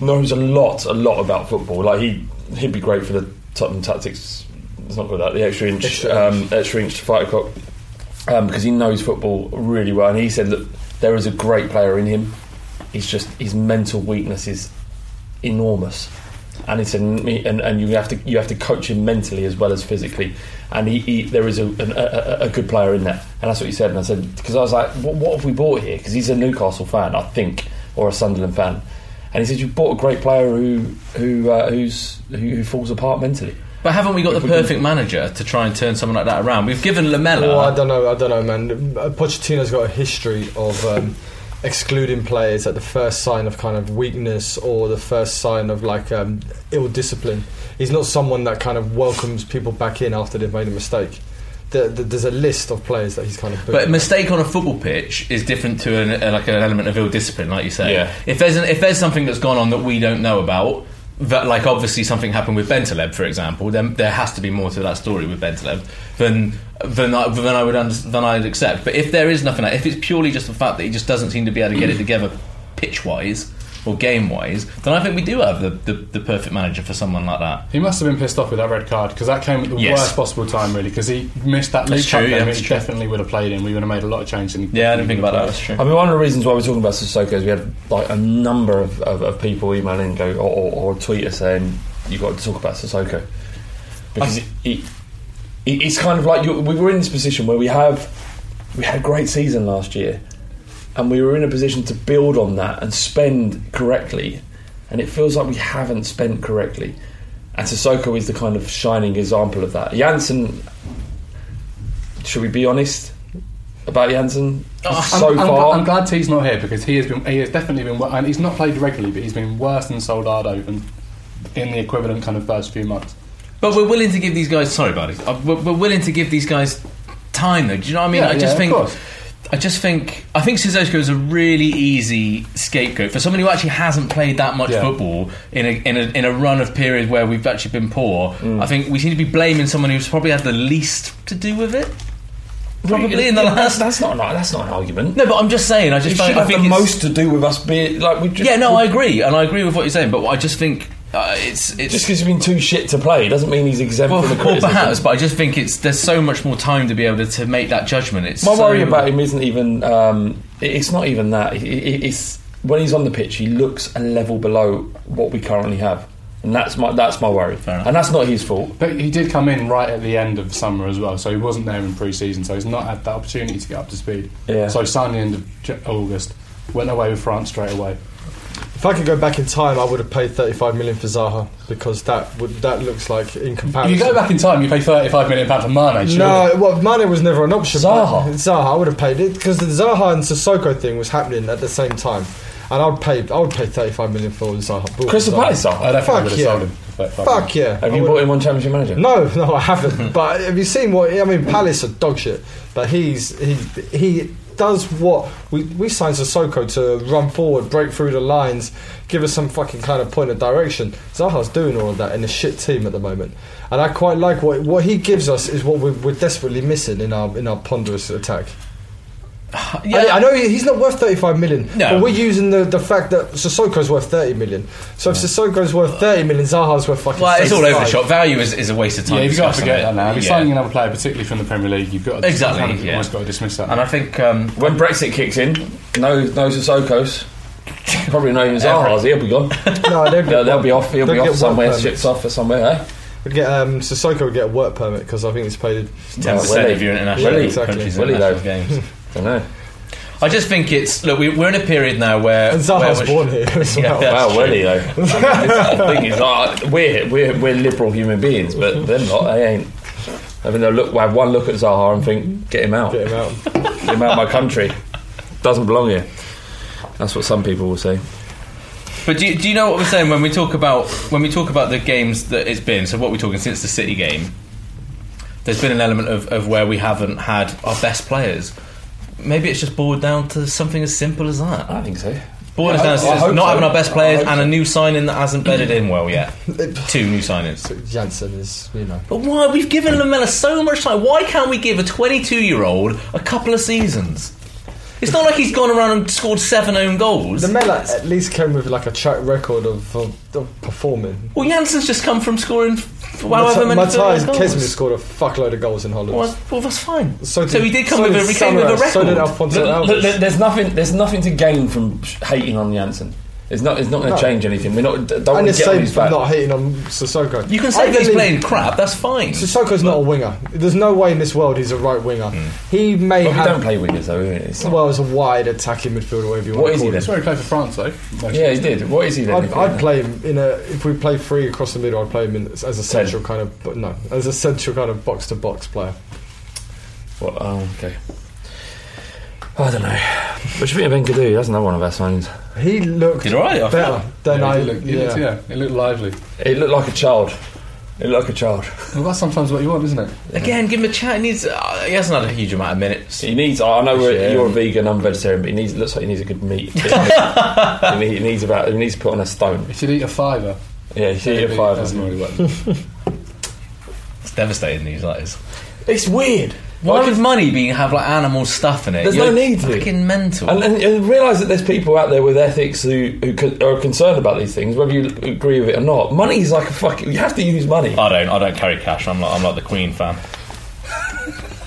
Knows a lot, a lot about football. Like he, he'd be great for the Tottenham tactics. It's not called that. The extra inch,
Extra
um, extra inch to fight o'clock, um, because he knows football really well. And he said that there is a great player in him. He's just his mental weakness is enormous. and it's in me and, and you have to you have to coach him mentally as well as physically and he, he there is a, an, a, a good player in there and that's what he said and I said because I was like what, what have we bought here because he's a Newcastle fan I think or a Sunderland fan and he said you bought a great player who who uh, who's who, who falls apart mentally
But haven't we got the perfect manager to try and turn someone like that around? We've given Lamella.
Well, Oh, I don't know. I don't know, man. Uh, Pochettino's got a history of um, <laughs> excluding players at the first sign of kind of weakness or the first sign of like um, ill discipline. He's not someone that kind of welcomes people back in after they've made a mistake. There, there- there's a list of players that he's kind of.
But a
booted.
mistake on a football pitch is different to an, uh, like an element of ill discipline, like you say.
Yeah.
If there's an, if there's something that's gone on that we don't know about, that like obviously something happened with Bentaleb, for example, then there has to be more to that story with Bentaleb than than I, than I would under, than I'd accept. But if there is nothing, like, if it's purely just the fact that he just doesn't seem to be able to get it together, pitch wise or game wise, then I think we do have the, the, the perfect manager for someone like that.
He must have been pissed off with that red card because that came at the
Yes.
worst possible time, really. Because he missed that
That's
League Cup
true, yeah,
game.
that's
he
true.
definitely would have played in. We would have made a lot of changes. and he
Yeah, I didn't think about that. That's true.
I mean, one of the reasons why we're talking about Sissoko is we had like a number of, of, of people email in, go or, or, or tweet us saying you've got to talk about Sissoko because it, it, it- it's kind of like you we were in this position where we have we had a great season last year, and we were in a position to build on that and spend correctly, and it feels like we haven't spent correctly. And Sissoko is the kind of shining example of that. Jansen, should we be honest about Jansen? so
Oh, I'm, I'm-
far,
I'm glad T's not here because he has been. He has definitely been. wor- And he's not played regularly, but he's been worse than Soldado and in the equivalent kind of first few months.
But we're willing to give these guys. Sorry, buddy. Uh, We're, we're willing to give these guys time, though. Do you know what I mean?
Yeah,
I
yeah,
just
of
think.
course.
I just think. I think Sissoko is a really easy scapegoat for someone who actually hasn't played that much
Yeah.
football in a, in a in a run of period where we've actually been poor.
Mm.
I think we seem to be blaming someone who's probably had the least to do with it. Probably in the
Yeah,
last.
That's, that's not an, that's not an argument.
No, but I'm just saying. I
you
just.
should
find- I
have the
think it's-
most to do with us being like we. Just,
Yeah, no,
we- <laughs>
I agree, and I agree with what you're saying. But I just think uh, it's it's
Just because he's been too shit to play doesn't mean he's exempt
Well,
from the
well,
criticism.
perhaps, but I just think it's there's so much more time to be able to, to make that judgment. It's
My
so-
worry about him isn't even. Um, it- it's not even that. It- it- It's when he's on the pitch, he looks a level below what we currently have, and that's my that's my worry.
enough.
And that's not his fault.
But he did come in right at the end of summer as well, so he wasn't there in pre-season, so he's not had that opportunity to get up to speed.
Yeah.
So he signed the end of J- August, went away with France straight away.
if I could go back in time, I would have paid 35 million for Zaha because that would that looks like in
If
comparison.
you go back in time, you pay thirty-five million pounds for Mane. surely.
No, well, Mane was never an option.
Zaha?
but- Zaha, I would have paid it because the Zaha and Sissoko thing was happening at the same time, and I'd pay. I would pay thirty-five million for Zaha. Bought
Crystal
Zaha.
Palace, are.
I definitely
Fuck
would have
yeah.
sold him. for 35 million.
Fuck yeah!
have
I
you
would-
bought him on Championship Manager?
No, <laughs> no, I
<laughs>
haven't. but have you seen what? I mean, Palace are dog shit, but he's he he does what we we signed Sissoko to run forward, break through the lines, give us some fucking kind of point of direction. Zaha's doing all of that in a shit team at the moment, and I quite like what what he gives us is what we're, we're desperately missing in our in our ponderous attack.
Yeah,
I, I know he- he's not worth 35 million,
No.
but we're using the, the fact that Sissoko's worth 30 million. So if Sissoko's worth 30 million, Zaha's worth fucking
well, it's all over the
35.
shop. Value is, is a waste of time.
Yeah, you've got to
discussing
forget
it.
that now. If you're
Yeah.
signing another player, particularly from the Premier League, you've got to
Exactly,
kind of-
yeah.
almost got to dismiss that.
and I think um,
When Brexit kicks in, no no Sissokos. Probably no even Zaha's. He'll be gone.
<laughs>
No, they'll,
They'll, they'll be off. He'll
They'll
be
get
off
work
somewhere.
permits.
Ships off or somewhere. Eh?
We'd get, um, Sissoko would get a work permit because I think he's
<laughs>
played.
ten percent
Willie.
of your international
Willie,
exactly.
countries
Willie, though.
international games.
I know.
I just think it's look. We, we're in a period now where
And
where
Zaha's
we're-
born here
<laughs>
as
Yeah,
well. <laughs>
that's
Wow,
true.
really though. I mean, <laughs> it's- the thing is, like, we're, we're we're liberal human beings, but they're not. They ain't. I mean, they'll look. Have one look at Zaha and think, get him out.
Get him out.
Get him out of my country. Doesn't belong here. That's what some people will say.
But do you, do you know what we're saying when we talk about when we talk about the games that it's been? So what we're talking since the City game, there's been an element of, of where we haven't had our best players. Maybe it's just boiled down to something as simple as that.
I think so.
Boiled down to
I
just
hope
not
so.
having our best
I
players
hope
and a
so.
new signing that hasn't bedded in well
<laughs>
yet. Two new signings.
Jansen is, you know.
But why we've given Lamella so much time? Why can't we give a 22 year old a couple of seasons? It's not like he's gone around and scored seven own goals.
The Mela at least came with like a track record of, of, of performing.
Well, Jansen's just come from scoring f- however many
Matthias
goals.
Kesman scored a fuckload of goals in Holland.
Well, well, that's fine. So,
did-
he did come
so
with
did
a, he came with a
Samaras,
record.
So did Alfonso
Look,
Alves.
look, look, there's nothing. There's nothing to gain from sh- hating on Jansen. It's not. It's not going to
No.
change anything. We're not. Don't
and
want
the
to get on
same
his
for
back.
not hating on Sissoko.
You can say
I
that he's
believe-
playing crap. That's fine.
Sissoko's not a winger. There's no way in this world he's a right winger.
Hmm.
He may
But we
have.
don't play wingers though. Really. It's not-
well, as a wide attacking midfielder, whatever you
what
want
is he
to call it.
That's
then?
where he played for France, though.
Yeah, he did. What is he then?
I'd,
if
I'd
he-
play him in a. If we play three across the middle, I'd play him in, as a central kind of. But no, as a central kind of box to box player.
What? Oh, okay. I don't know. What do you think of Enkidu? That's another one of our signs.
He looked
Did all right, I
better than
Yeah,
I.
he looked, he
yeah.
looked- yeah, he looked lively.
It looked like a child. It looked like a child.
Well, that's sometimes what you want, isn't it?
Again, give him a chance. He, needs, uh, he hasn't had a huge amount of minutes.
He needs. I know we're,
Yeah.
you're a vegan, I'm vegetarian, but he needs. Looks like he needs a good <laughs> meat. he, need- he needs about. He needs to put on a stone.
He should eat a fiver.
Yeah, he should eat a
Maybe
five.
Hasn't really worked.
It's devastating news that is.
It's weird.
Why
Like,
would money being have like animal stuff in it?
There's no need to.
Fucking mental.
and, and, and realise that there's people out there with ethics who, who con- are concerned about these things, whether you agree with it or not. Money is like a fucking. You have to use money.
I don't. I don't carry cash. I'm like. I'm like the Queen fan.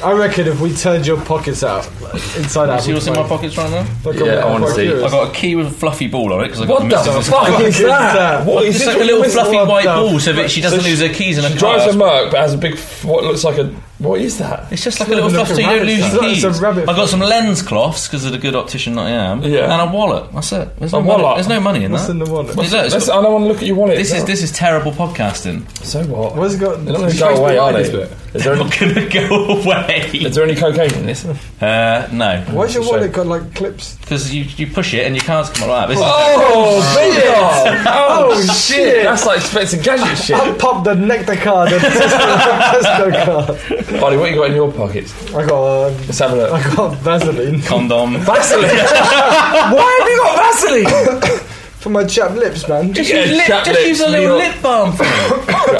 I reckon if we turned your pockets out, inside out.
See what's in my pockets right now?
Yeah, I wanna see.
I got a key with a fluffy ball on it because I got
What the
missus- <laughs>
fuck is that? What is
It's like
this
a little
with-
fluffy
what
white
the-
ball so that she doesn't
So
lose
she-
her keys in a
She
car.
drives a Merc, but has a big, f- what looks like a. What is that?
It's just like a
It's
little
like
fluff
a
so you don't
rabbit
lose
foot.
your
It's
keys.
a
I
rabbit
got
foot.
some lens cloths because of the good optician that I am.
Yeah.
And a wallet. That's it. There's no
A
money.
wallet?
There's no money in
What's
that.
in the wallet?
Hey, look, it's
That's,
got-
I don't want to look at your wallet.
this is
No.
this is terrible podcasting.
So what?
Where's it got-
They're not going to
It's
go
supposed to
away,
be
are
like
they?
this
Is
bit.
there,
<laughs>
any,
not gonna go away.
is there any cocaine in this? Oh,
Uh, no,
Why's your
Shame.
wallet got like clips?
because you you push it and your cards come out like that. This is-
Oh, Peter! Oh,
shit.
shit! That's like Spencer Gadget shit.
I popped the nectar card and <laughs> Tesco card.
Ollie, what you got in your pockets?
I got um,
Let's have a <laughs> look.
I got Vaseline
condom. <laughs>
Vaseline! Why have you got Vaseline?
for my chapped lips, man.
Just
Use lip- just use a little lip balm for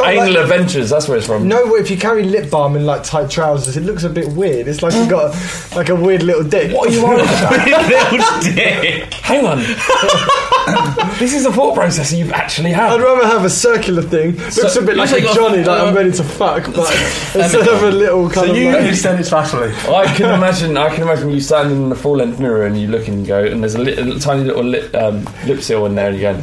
Anal Adventures, that's where it's from.
No, well, if you carry lip balm in like tight trousers, it looks a bit weird. It's like you got like a weird little dick.
What are you on about?
little dick.
<laughs> Hang <laughs> on. this is a thought processor you've actually
I'd
had.
rather have a circular thing. Looks a bit like
also
a
got-
Johnny, like
uh,
I'm ready to fuck, but instead of a little kind of. like-
said it's Vaseline.
I can imagine. I can imagine you standing in the full-length mirror and you look and go, and there's a, li- a tiny little lip, um, lip seal in there, and you go,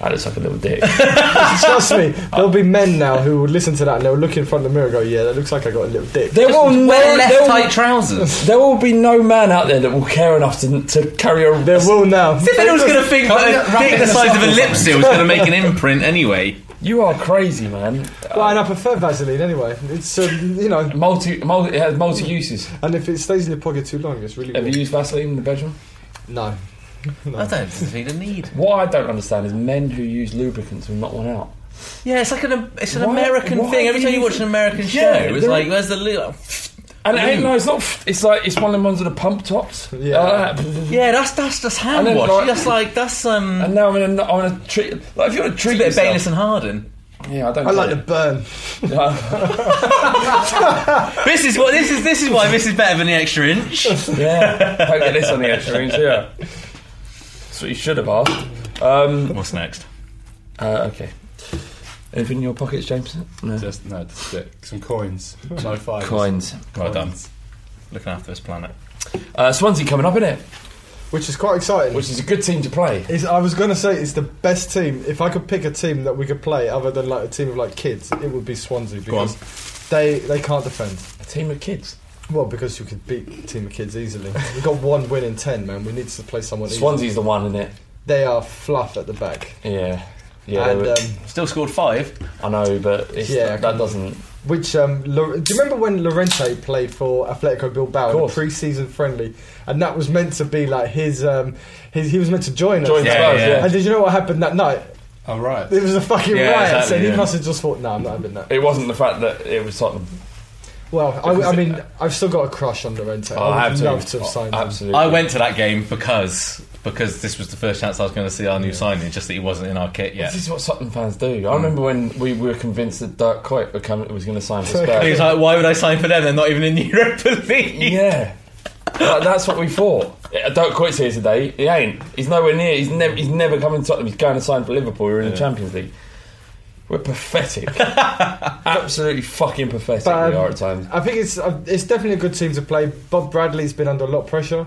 "That looks like a little
<laughs>
dick."
<laughs> trust me, there'll be men now who will listen to that and they'll look in front of the mirror and go, "Yeah, that looks like I got a little dick."
There will no,
Wear left
there will- <laughs>
tight trousers.
There will be no man out there that will care enough to, to carry a.
There will now.
If anyone's going to think
Can't
that
wrap
a
it
dick
in
the
a
size of a
sock or
lip seal is going to make an imprint anyway,
You are crazy, man.
Well, and I prefer Vaseline anyway. It's um, you know,
Multi, multi, it has multi uses.
and if it stays in your pocket too long, it's really.
Have
weird.
you used Vaseline in the bedroom?
No.
I don't see the need.
What I don't understand is men who use lubricants will not one out.
Yeah, it's like an it's an
Why-
American
why
thing. Every
do
time you
you
watch an American show,
Yeah,
it's
they're-
like where's the loo?
And it ain't, no, it's not. It's like it's one of them ones with the pump tops.
Yeah.
Like that.
Yeah, that's that's just hand
And then,
wash.
like-
that's like that's um
And now I'm in a, I'm in a treat. Like if you want to treat
a bit of Bayliss
yourself,
and Harden.
yeah, I don't. Uh,
I like the burn.
<laughs>
This is what this is. This is why this is better than the extra inch.
yeah, don't get this on the extra rings. Yeah, that's what you should have asked. Um,
What's next?
uh, okay. Anything in your pockets, James? No.
Just no, just a bit. some coins, no fibers.
Coins.
Well done. Looking after this planet.
Uh, Swansea coming up, innit?
Which is quite exciting.
Which is a good team to play.
It's, I was going to say it's the best team. If I could pick a team that we could play other than like a team of like kids, it would be Swansea because they they can't defend.
A team of kids.
Well, because you could beat a team of kids easily. We've got one win in ten, man. We need to play someone. easy.
Swansea's the one, innit?
They are fluff at the back.
Yeah. Yeah,
and,
they
um,
were-
Still scored five.
I know, but it's,
Yeah, I
that,
can-
doesn't.
which um, Lo- do you remember when Lorente played for Atletico Bilbao in a
course.
pre-season friendly, and that was meant to be like his um, his he was meant to join
Join
us.
Yeah,
Spurs,
yeah.
yeah.
And did you know what happened that night?
All right.
It was a fucking
Yeah,
riot,
exactly,
so he
yeah.
must have just thought, "No, I'm not having that."
It wasn't the fact that it was Tottenham.
Well, I, I
Because- Oh,
mean, I've still got a crush on Lorente.
I
I
have
would
to.
love to have signed him.
Absolutely.
I went to that game because because this was the first chance I was going to see our new signing. Just that he wasn't in our kit yet.
This is what Sutton fans do. I remember when we were convinced that Dirk Coit were coming- was going to sign
<laughs>
for
And he was
Spurs.
like, "Why would I sign for them? They're not even in <laughs> the Europa League."
yeah. Like, that's what we thought. Yeah, Dirk Coit's here today. He ain't. He's nowhere near. He's, never. he's never coming to Tottenham. He's going to sign for Liverpool. We're in the Champions League. We're <laughs> pathetic. Absolutely fucking pathetic
But, um,
we are at times.
I think it's uh, it's definitely a good team to play. Bob Bradley's been under a lot of pressure.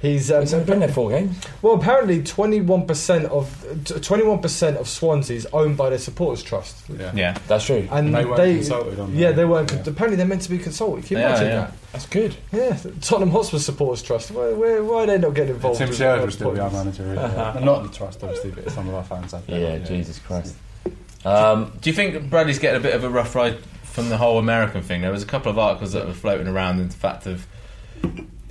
He's um,
He's only been there four games.
well, apparently, twenty-one percent of twenty-one percent of Swansea is owned by their supporters' trust,
Yeah.
Yeah.
That's true.
and
They
they
weren't consulted on
Yeah,
that.
they weren't. con-
Yeah.
Apparently, they're meant to be consulted. Can
They
you
are,
imagine
yeah.
that?
That's good.
Yeah, the Tottenham Hotspur supporters' trust. Why, why, why they not getting involved?
Tim
with
Sherwood
the
was still the our
appointments?
manager. Really. And Not the trust, obviously, but some of our fans have.
Yeah,
their own,
Jesus Christ. Um,
Do you think Bradley's getting a bit of a rough ride from the whole American thing? There was a couple of articles that were floating around in the fact of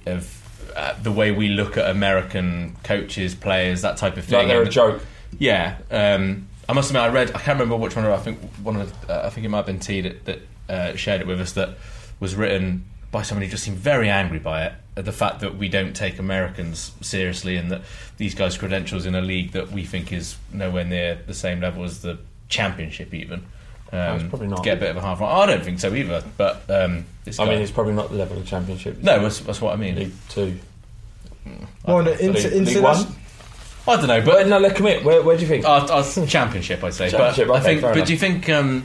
of uh, the way we look at American coaches, players, that type of thing.
like they're a
And-
joke.
Yeah, um, I must admit, I read. I can't remember which one. I think one of. The, uh, I think it might have been T that, that uh, shared it with us. That was written by someone who just seemed very angry by it. At the fact that we don't take Americans seriously, and that these guys' credentials in a league that we think is nowhere near the same level as the championship, even. Um,
probably not.
Get a bit of a half. I don't think so either. But um, this
I
guy-
mean, it's probably not the level of championship.
no, that's, that's what I mean.
League Two.
Well, no,
League,
inter-
League
interna-
One.
I don't know, but
But no, let commit. Where, where do you think?
Uh, uh, championship, I'd say.
Championship,
but
okay,
I think.
fair
But
enough.
do you think? Um,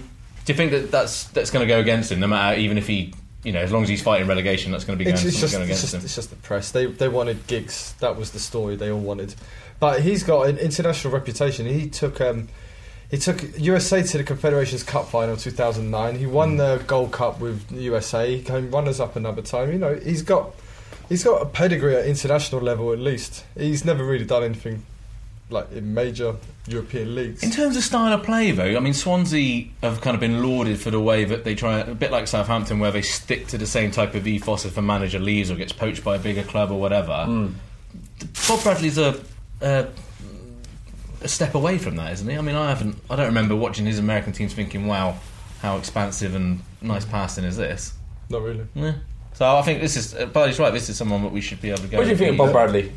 do you think that that's that's going to go against him? No matter, even if he, you know, as long as he's fighting relegation, that's going to be going,
It's, it's
something's
just,
going
it's
against
just,
him.
it's just the press. They they wanted gigs. That was the story they all wanted. But he's got an international reputation. He took um, he took USA to the Confederations Cup final 2009. He
Mm.
won the Gold Cup with USA. He came runners up another time. You know, he's got he's got a pedigree at international level at least. He's never really done anything like in major European leagues.
In terms of style of play, though, I mean, Swansea have kind of been lauded for the way that they try, a bit like Southampton, where they stick to the same type of ethos if a manager leaves or gets poached by a bigger club or whatever.
Hmm.
Bob Bradley's a, a a step away from that, isn't he? I mean, I haven't, I don't remember watching his American teams thinking, "Wow, how expansive and nice passing is this."
Not really.
Yeah. So I think this is uh, Bradley's right. This is someone that we should be able to go.
what do you think of Bob
Yeah.
Bradley,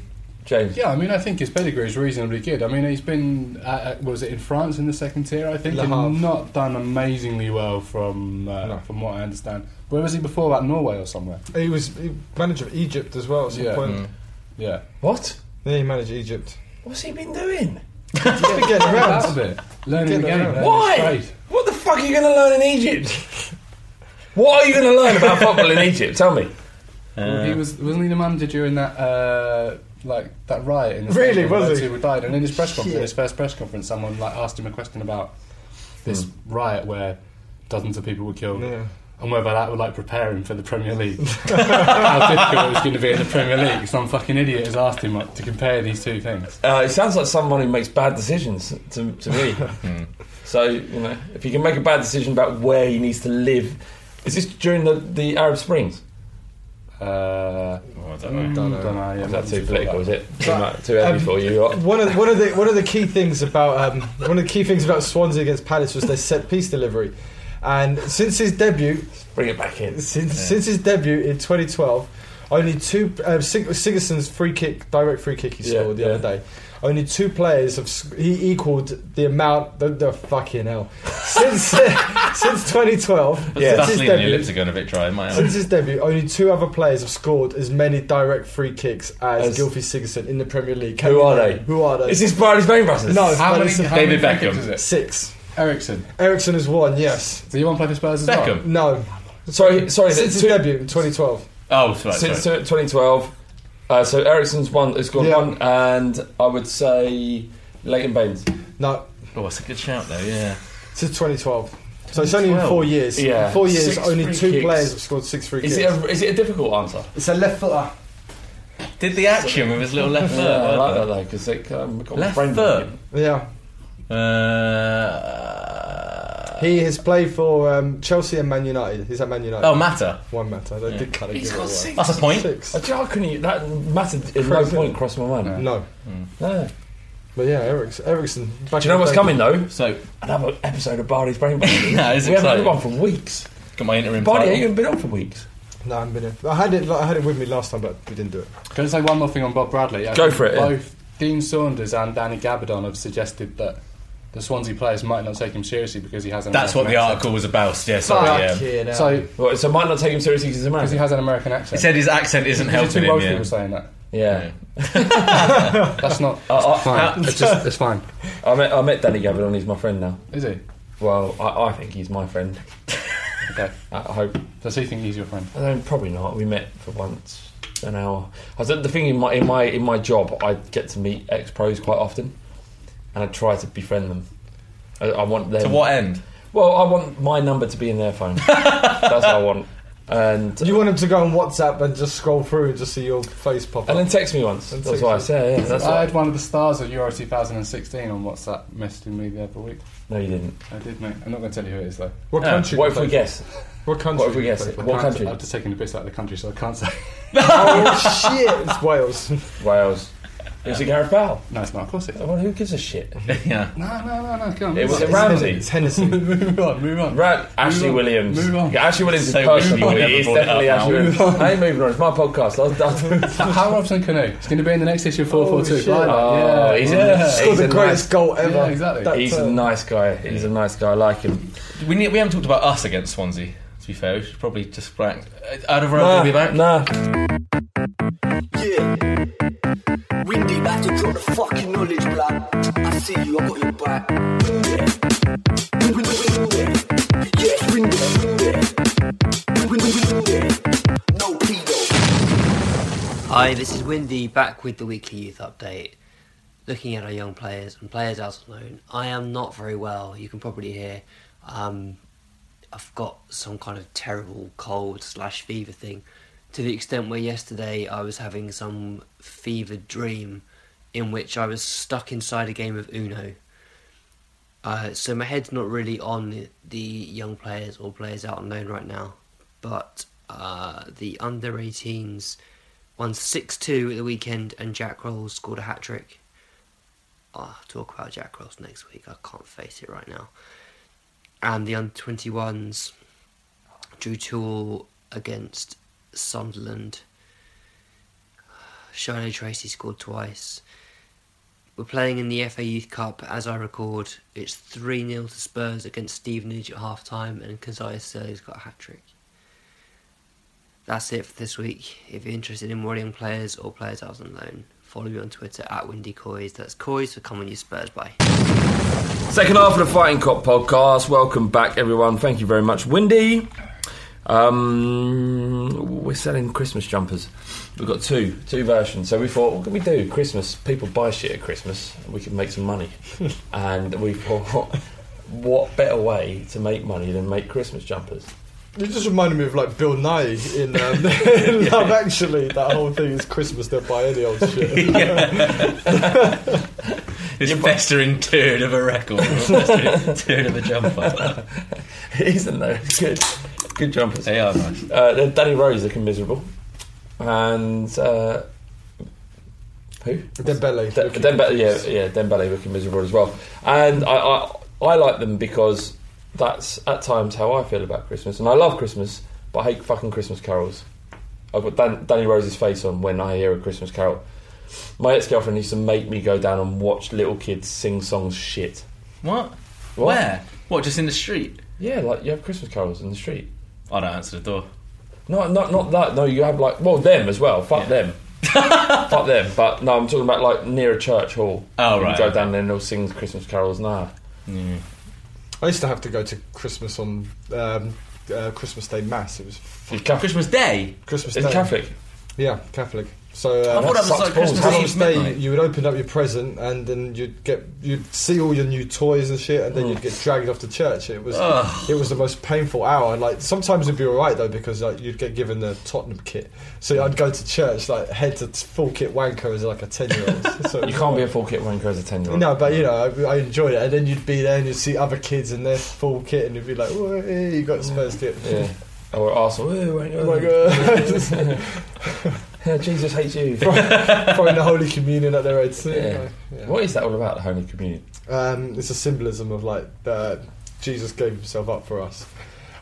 James?
Yeah, I mean, I think his pedigree is reasonably good. I mean, he's been uh, was it in France in the second tier, I think,
Le
and
Havre.
not done amazingly well from uh,
No.
from what I understand. Where was he before that? Norway or somewhere?
He was he manager of Egypt as well at some
Yeah.
point.
Mm.
Yeah,
What?
Yeah, he managed Egypt.
What's he been doing?
He's been getting around.
that's a bit learning
Get
the game.
around.
learning his
Why?
trade.
What the fuck are you going to learn in Egypt? <laughs> what are you going to learn about football in Egypt? Tell me.
Well, he was wasn't he the manager during that uh, like that riot in the
Really,
stadium where
was
those
he?
People died, and in his press conference,
Shit.
in his first press conference, someone like asked him a question about this riot where dozens of people were killed.
Yeah.
And whether that would like prepare him for the Premier League, <laughs> how difficult it was going to be in the Premier League. Some fucking idiot has asked him like, to compare these two things.
Uh, it sounds like someone who makes bad decisions to, to
<laughs>
me.
Hmm.
so, you know, if he can make a bad decision about where he needs to live, is this during the, the Arab Springs?
Uh,
Oh, I don't know.
don't know. yeah,
Is that
maybe
too
before
political,
that.
is it? Too, much, too heavy
Um,
for you?
<laughs>
lot.
One of one of the one of the key things about um, one of the key things about Swansea against Palace was their set piece delivery, and since his debut,
Bring it back in.
since since his debut in 2012, only two um, Sig- Sigerson's free kick, direct free kick he
Yeah,
scored the
yeah.
other day. Only two players have sc- he equaled the amount. The, the fucking hell since <laughs> since 2012.
Yeah,
since
that's
his
leaving the
debut-
elliptic going a bit dry. Might
since his debut, only two other players have scored as many direct free kicks as,
As-
Gilfie Sigurdsson in the Premier League. Can
Who
you
are
name-
they?
Who are they?
Is this Bradley's Bane Brothers?
Oh,
No,
How
but
many?
it's a-
How
David
many
Beckham.
Is it?
six?
Ericsson.
Ericsson has won. Yes.
Do you want to play for Spurs as
Beckham.
No.
Sorry, sorry.
Since his
two-
debut in 2012.
Oh, right, sorry.
since 2012. Uh, so Ericsson's one, it's gone
Yeah.
one, and I would say Leighton Baines.
No.
oh, that's a good shout though. Yeah.
Since 2012. So it's only in four years.
Yeah.
In Four years.
Six
only
free
two
kicks.
players have scored six free
Is it,
kicks.
a, is it a difficult answer?
it's a left footer.
Did the action with his little left foot.
Yeah, I like
wasn't
that though because it um, got
it? Left
brain
foot.
Yeah.
Uh,
He has played for um, Chelsea and Man United. He's at Man United.
oh, matter.
One matter. They did kind of give it away.
That's a point.
Six.
I, do you know, I couldn't. even- That mattered. At no
Crazy.
point crossed my mind.
No.
No.
But yeah, Ericsson. Ericsson.
Do you know what's coming though?
So,
Another episode of Barney's Brain.
<laughs>
Bank.
yeah, it's
we haven't had
exciting.
one for weeks.
Got my interim
Barney,
title.
you haven't been on for weeks.
No, I haven't been here. I had it. I had it with me last time, but we didn't do it.
Can I say one more thing on Bob Bradley? I
Go
think
for it, yeah.
Both Dean Saunders and Danny Gabardon have suggested that the Swansea players might not take him seriously because he has an
That's what the
American
article was about. Yeah, sorry.
Fuck
Yeah.
yeah, now.
accent. So
Well, so might not take him seriously because he's a
because he
man.
has an American accent.
He said his accent isn't
Because
helping
two
him.
Welsh
Yeah.
people saying that.
Yeah.
<laughs>
That's not
Uh,
I-
fine. it's just it's fine.
I met I met Danny Gavin he's my friend now.
Is he?
Well, I, I think he's my friend.
Okay.
I I hope.
Does he think he's your friend?
Uh, I don't, probably not. We met for once. an hour. I said the thing in my in my in my job, I get to meet ex pros quite often, and I try to befriend them. I, I want them
To what end? <laughs>
Well, I want my number to be in their phone. That's what I want. And
You want him to go on WhatsApp and just scroll through and just see your face pop up.
and then text me once.
And
That's
text
what I
you.
say. Yeah, that's
I
what,
had one of the stars of Euro 2016 on WhatsApp messaging me the other week.
no, you didn't.
I did, mate. I'm not going to tell you who it is, though.
what
Yeah,
country?
What
do
if
you
we
play
guess?
for? What country?
What if
do
we
you
guess
play
it?
for?
What
Can't-
country?
I've just taken the piss out of the country, so I can't say. <laughs>
Oh shit! It's Wales.
Wales. It was a Gareth Bale.
no, it's not. Of course it is.
Well, who gives a shit?
yeah.
No, no, no, no. Come on.
It was
move
a
on.
Ramsey.
It's Hennessy.
<laughs> move on, move on.
Right, Ashley
on,
Williams.
move on.
Yeah, Ashley Williams is
So
personal.
weird you
It
never
is
brought it
definitely
up
Ashley
now.
Williams. I ain't moving on. It's my podcast. I'll, I'll,
How often can I? It's going to be in the next issue of 442.
shit.
Right,
Oh,
yeah,
he's
yeah.
in the-
Scored
He's a
the
nice-
greatest goal ever.
Yeah, exactly.
That
he's a
turn.
nice guy. He's a nice guy. I like him.
We need, we haven't talked about us against Swansea. To be fair, we should probably just rank. Uh, out of row,
Nah,
we'll be back.
nah.
Yeah. Windy back to drop the fucking knowledge, blood. I see you, I got your back. Yeah. Win- win- win- win- yeah. Yes, win there, win there. Win- win- win- win there. No pedo.
Hi, this is Windy back with the weekly youth update. Looking at our young players and players out on loan, I am not very well. You can probably hear um, I've got some kind of terrible cold slash fever thing to the extent where yesterday I was having some fevered dream in which I was stuck inside a game of Uno. Uh, so my head's not really on the young players or players out on loan right now, but uh, the under 18s won 6 2 at the weekend and Jack Rolls scored a hat trick. I'll talk about Jack Rolls next week, I can't face it right now. And the under 21s drew 2 all against Sunderland. Charlotte Tracy scored twice. We're playing in the FA Youth Cup as I record. It's 3 0 to Spurs against Stevenage at half time, and Keziah Sterling's got a hat trick. That's it for this week. If you're interested in more young players or players out on loan, follow me on Twitter at Windy Coys. That's Coys for Come On You Spurs. Bye.
Second half of the Fighting Cop podcast. Welcome back, everyone. Thank you very much, Windy. Um, we're selling Christmas jumpers. We've got two, two versions. So we thought, what can we do? Christmas, people buy shit at Christmas. We can make some money. and we thought, what better way to make money than make Christmas jumpers? <laughs>
You just reminded me of like Bill Nye in, um, <laughs> in Love Actually. That whole thing is Christmas. They'll buy any old
<laughs>
shit.
This festering turd of
<laughs>
a record, or festering turd of a jumper.
Isn't that good? Good jumpers.
They are nice.
Uh, then Danny Rose looking miserable, and uh, who?
Dembele.
De-
Looking
Dembele, yeah, yeah, Dembele looking miserable as well. And I, I, I like them because that's at times how I feel about Christmas, and I love Christmas, but I hate fucking Christmas carols. I've got Dan- Danny Rose's face on when I hear a Christmas carol. My ex-girlfriend used to make me go down and watch little kids sing songs shit.
What?
What?
Where? What? Just in the street?
Yeah, like you have Christmas carols in the street.
I don't answer the door.
No, not not that. No, you have like well them as well. Fuck
<laughs>
them. Fuck them. But no, I'm talking about like near a church hall.
Oh,
You
right,
Go
okay.
down there and they'll sing Christmas carols. Nah.
I used to have to go to Christmas on um, uh, Christmas Day Mass. It was
It's Catholic.
Christmas Day?
Christmas
It's
Day.
Catholic.
Yeah, Catholic. So uh,
I thought that was
sucks balls.
like Christmas
How
Christmas
Eve
Day,
midnight.
you would open up your present and then you'd get you'd see all your new toys and shit, and then you'd get dragged off to church. It was it was the most painful hour. Like sometimes it'd be all right though because like you'd get given the Tottenham kit, so I'd go to church like head to t- full kit wanker as like a ten year old. So
You can't be a full kit wanker as a ten year old.
no, but you know, I, I enjoyed it, and then you'd be there and you'd see other kids in their full kit, and you'd be like, "Whoa, hey, you got Spurs kit."
Yeah. Or Arsenal. "Ooh, wanker."
<laughs> Oh my god! <laughs>
<laughs> Yeah, Jesus hates you.
Throwing the Holy Communion at their heads.
Yeah. <laughs> What is that all about? The Holy Communion.
Um, it's a symbolism of like that Jesus gave himself up for us.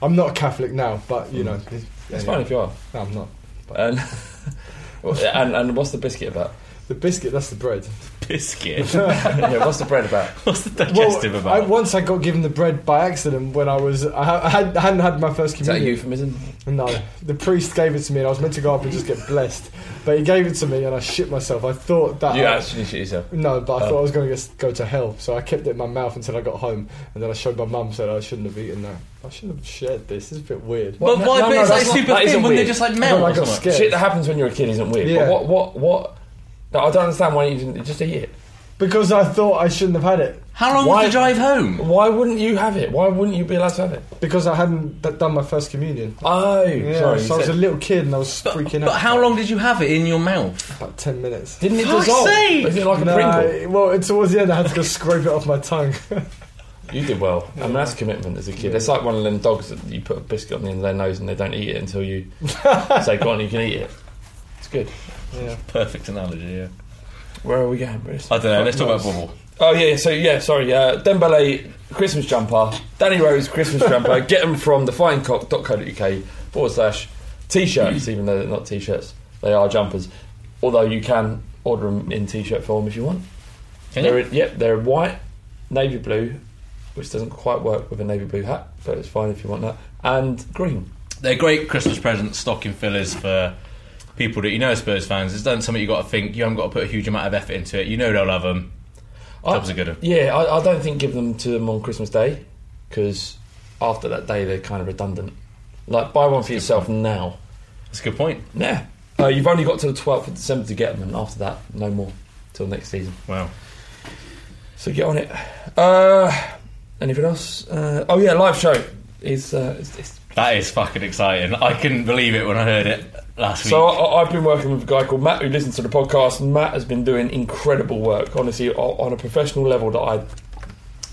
I'm not a Catholic now, but you know,
It's
anyway.
fine if you are. <laughs>
No, I'm not.
And, and and what's the biscuit about? <laughs>
The biscuit, that's the bread.
Biscuit.
yeah, what's the bread about?
What's the digestive
Well,
about?
I, once I got given the bread by accident when I was I, ha- I, had, I hadn't had my first
Is that a
communion.
euphemism?
No, the priest gave it to me, and I was meant to go up and just get blessed, but he gave it to me, and I shit myself. I thought that
You actually shit yourself.
no, but I thought I was going to go to hell, so I kept it in my mouth until I got home, and then I showed my mum said I shouldn't have eaten that. I shouldn't have shared this. It's a bit weird.
but why?
no,
but
no,
it's like
that's not-
super
that isn't
thin when they
weird.
just like
I
melt.
got
or something.
scared.
Shit that happens when you're a kid isn't weird.
Yeah.
But what, what, what? No, I don't understand why you didn't just eat it.
Because I thought I shouldn't have had it.
How long
Why-
was the drive home?
Why wouldn't you have it? Why wouldn't you be allowed to have it?
Because I hadn't d- done my first communion.
Oh,
Yeah,
sorry. you
so I was
said-
a little kid and I was freaking out.
But how long did you have it in your mouth?
About 10 minutes.
Didn't it
Fuck's
dissolve?
sake!
Is it like a
No,
Pringle?
well, it- towards the end, I had to go scrape it off my tongue. <laughs>
You did well. I mean, that's commitment as a kid. It's like one of them dogs that you put a biscuit on the end of their nose and they don't eat it until
<laughs>
you say, "Go on, you can eat it." It's good.
Perfect analogy. Yeah.
Where are we going, Bruce?
I don't know. Let's talk about bubble.
Oh yeah, so yeah, sorry. Uh, Dembele Christmas jumper, Danny Rose Christmas jumper. Get them from thefinecock.co.uk forward slash t-shirts. even though they're not t-shirts, they are jumpers. Although you can order them in t-shirt form if you want.
Can
they're
you?
in- yep, they're in white, navy blue, which doesn't quite work with a navy blue hat, but it's fine if you want that. And green.
They're great Christmas presents, stocking fillers for people that you know are Spurs fans. It's done something you got to think. You haven't got to put a huge amount of effort into it. You know they'll love them. That was a good one.
Yeah, I, I don't think give them to them on Christmas Day because after that day they're kind of redundant. Like buy one for yourself now.
That's a good point.
Yeah. Uh, you've only got till the 12th of December to get them, and after that, no more till next season.
Wow.
So get on it. Uh, anything else? Uh, oh, yeah, live show. Is, uh, is, is-
That is fucking exciting. I couldn't believe it when I heard it last week.
So I, I've been working with a guy called Matt who listens to the podcast, and Matt has been doing incredible work, honestly, o- on a professional level that I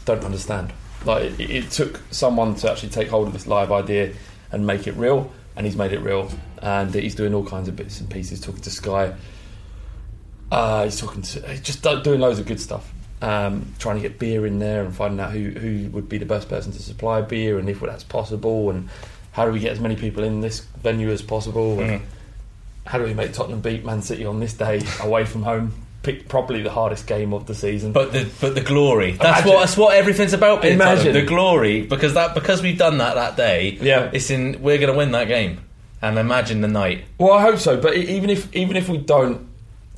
don't understand. Like it, it took someone to actually take hold of this live idea and make it real, and he's made it real, and he's doing all kinds of bits and pieces, talking to Sky. Uh, he's talking to he's just do- doing loads of good stuff. Um, trying to get beer in there and finding out who, who would be the best person to supply beer and if that's possible and how do we get as many people in this venue as possible and how do we make Tottenham beat Man City on this day away from home? Pick probably the hardest game of the season.
But the but the glory. That's
Imagine.
what that's what everything's about. Being
Imagine.
Tottenham. the glory because that because we've done that that day.
Yeah.
it's in. We're gonna win that game. And imagine the night.
well, I hope so. But e- even if even if we don't,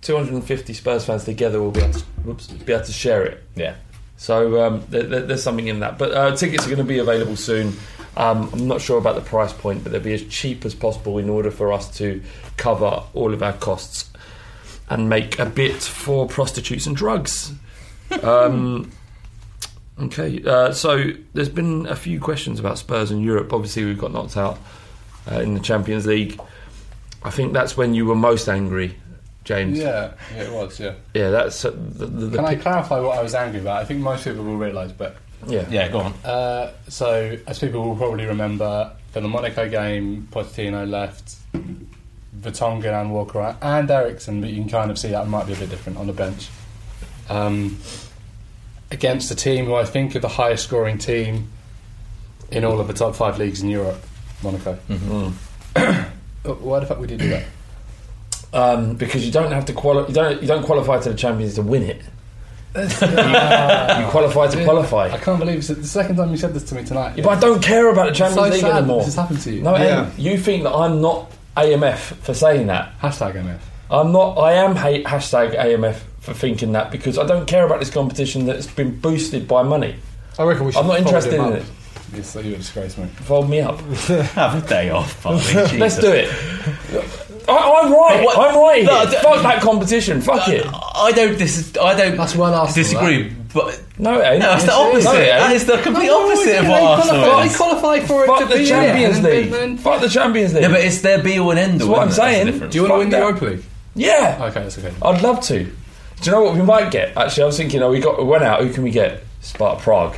250 Spurs fans together will be able to, whoops, be able to share it.
Yeah.
So um, there, there- there's something in that. But uh, tickets are going to be available soon. Um, I'm not sure about the price point, but they'll be as cheap as possible in order for us to cover all of our costs and make a bit for prostitutes and
<laughs>
drugs. um, okay, uh, so there's been a few questions about Spurs in Europe. Obviously, we've got knocked out uh, in the Champions League. I think that's when you were most angry, James.
Yeah, yeah, it was. Yeah.
Yeah, that's uh, the, the, the
Can I clarify what I was angry about? I think most people will realise, but
yeah.
Yeah, go on.
Uh, so, as people will probably remember, for the Monaco game, Pochettino left Vertonghen and Walker and Ericsson, but you can kind of see that might be a bit different on the bench. Um, against a team who I think are the highest scoring team in all of the top five leagues in Europe, Monaco.
Mm-hmm.
Uh, <coughs> Why the fuck would you do that?
um, because you don't have to quali- you don't you don't qualify to the Champions to win it. you, you qualify to
I
qualify.
can't believe it's the second time you said this to me tonight.
But I don't care about the Champions
so
League
sad
anymore.
this has happened to you.
No,
Yeah.
Em, you think that I'm not AMF for saying that?
Hashtag MF.
I'm not. I am hate hashtag AMF for thinking that because I don't care about this competition that's been boosted by money.
I reckon we should.
I'm not
fold
interested
him
in
up.
it.
Yes, you disgrace me.
Fold me up.
Have a
<laughs>
day off.
Let's do it. I, I'm right.
What-
I'm right.
No,
here.
I don't-
Fuck that competition. Fuck it.
I don't. This is. I don't.
That's well Arsenal,
Disagree, but.
No, it ain't.
No, it's
Yes, it is.
the opposite.
No, it ain't.
That is the complete opposite of what Arsenal
qualify,
is.
they qualify for it
Fuck
to
the
be in
Champions
it, and then-
League.
then-
Fuck the Champions League.
Yeah, but it's their be all and end all.
what I'm
isn't it? That's the
saying.
difference.
Do you want
Fuck
to win the
that.
Europa League? Oh,
yeah.
Okay, that's okay.
I'd love to. Do you know what we might get? Actually, I was thinking, oh, we got we went out. Who can we get? Sparta Prague.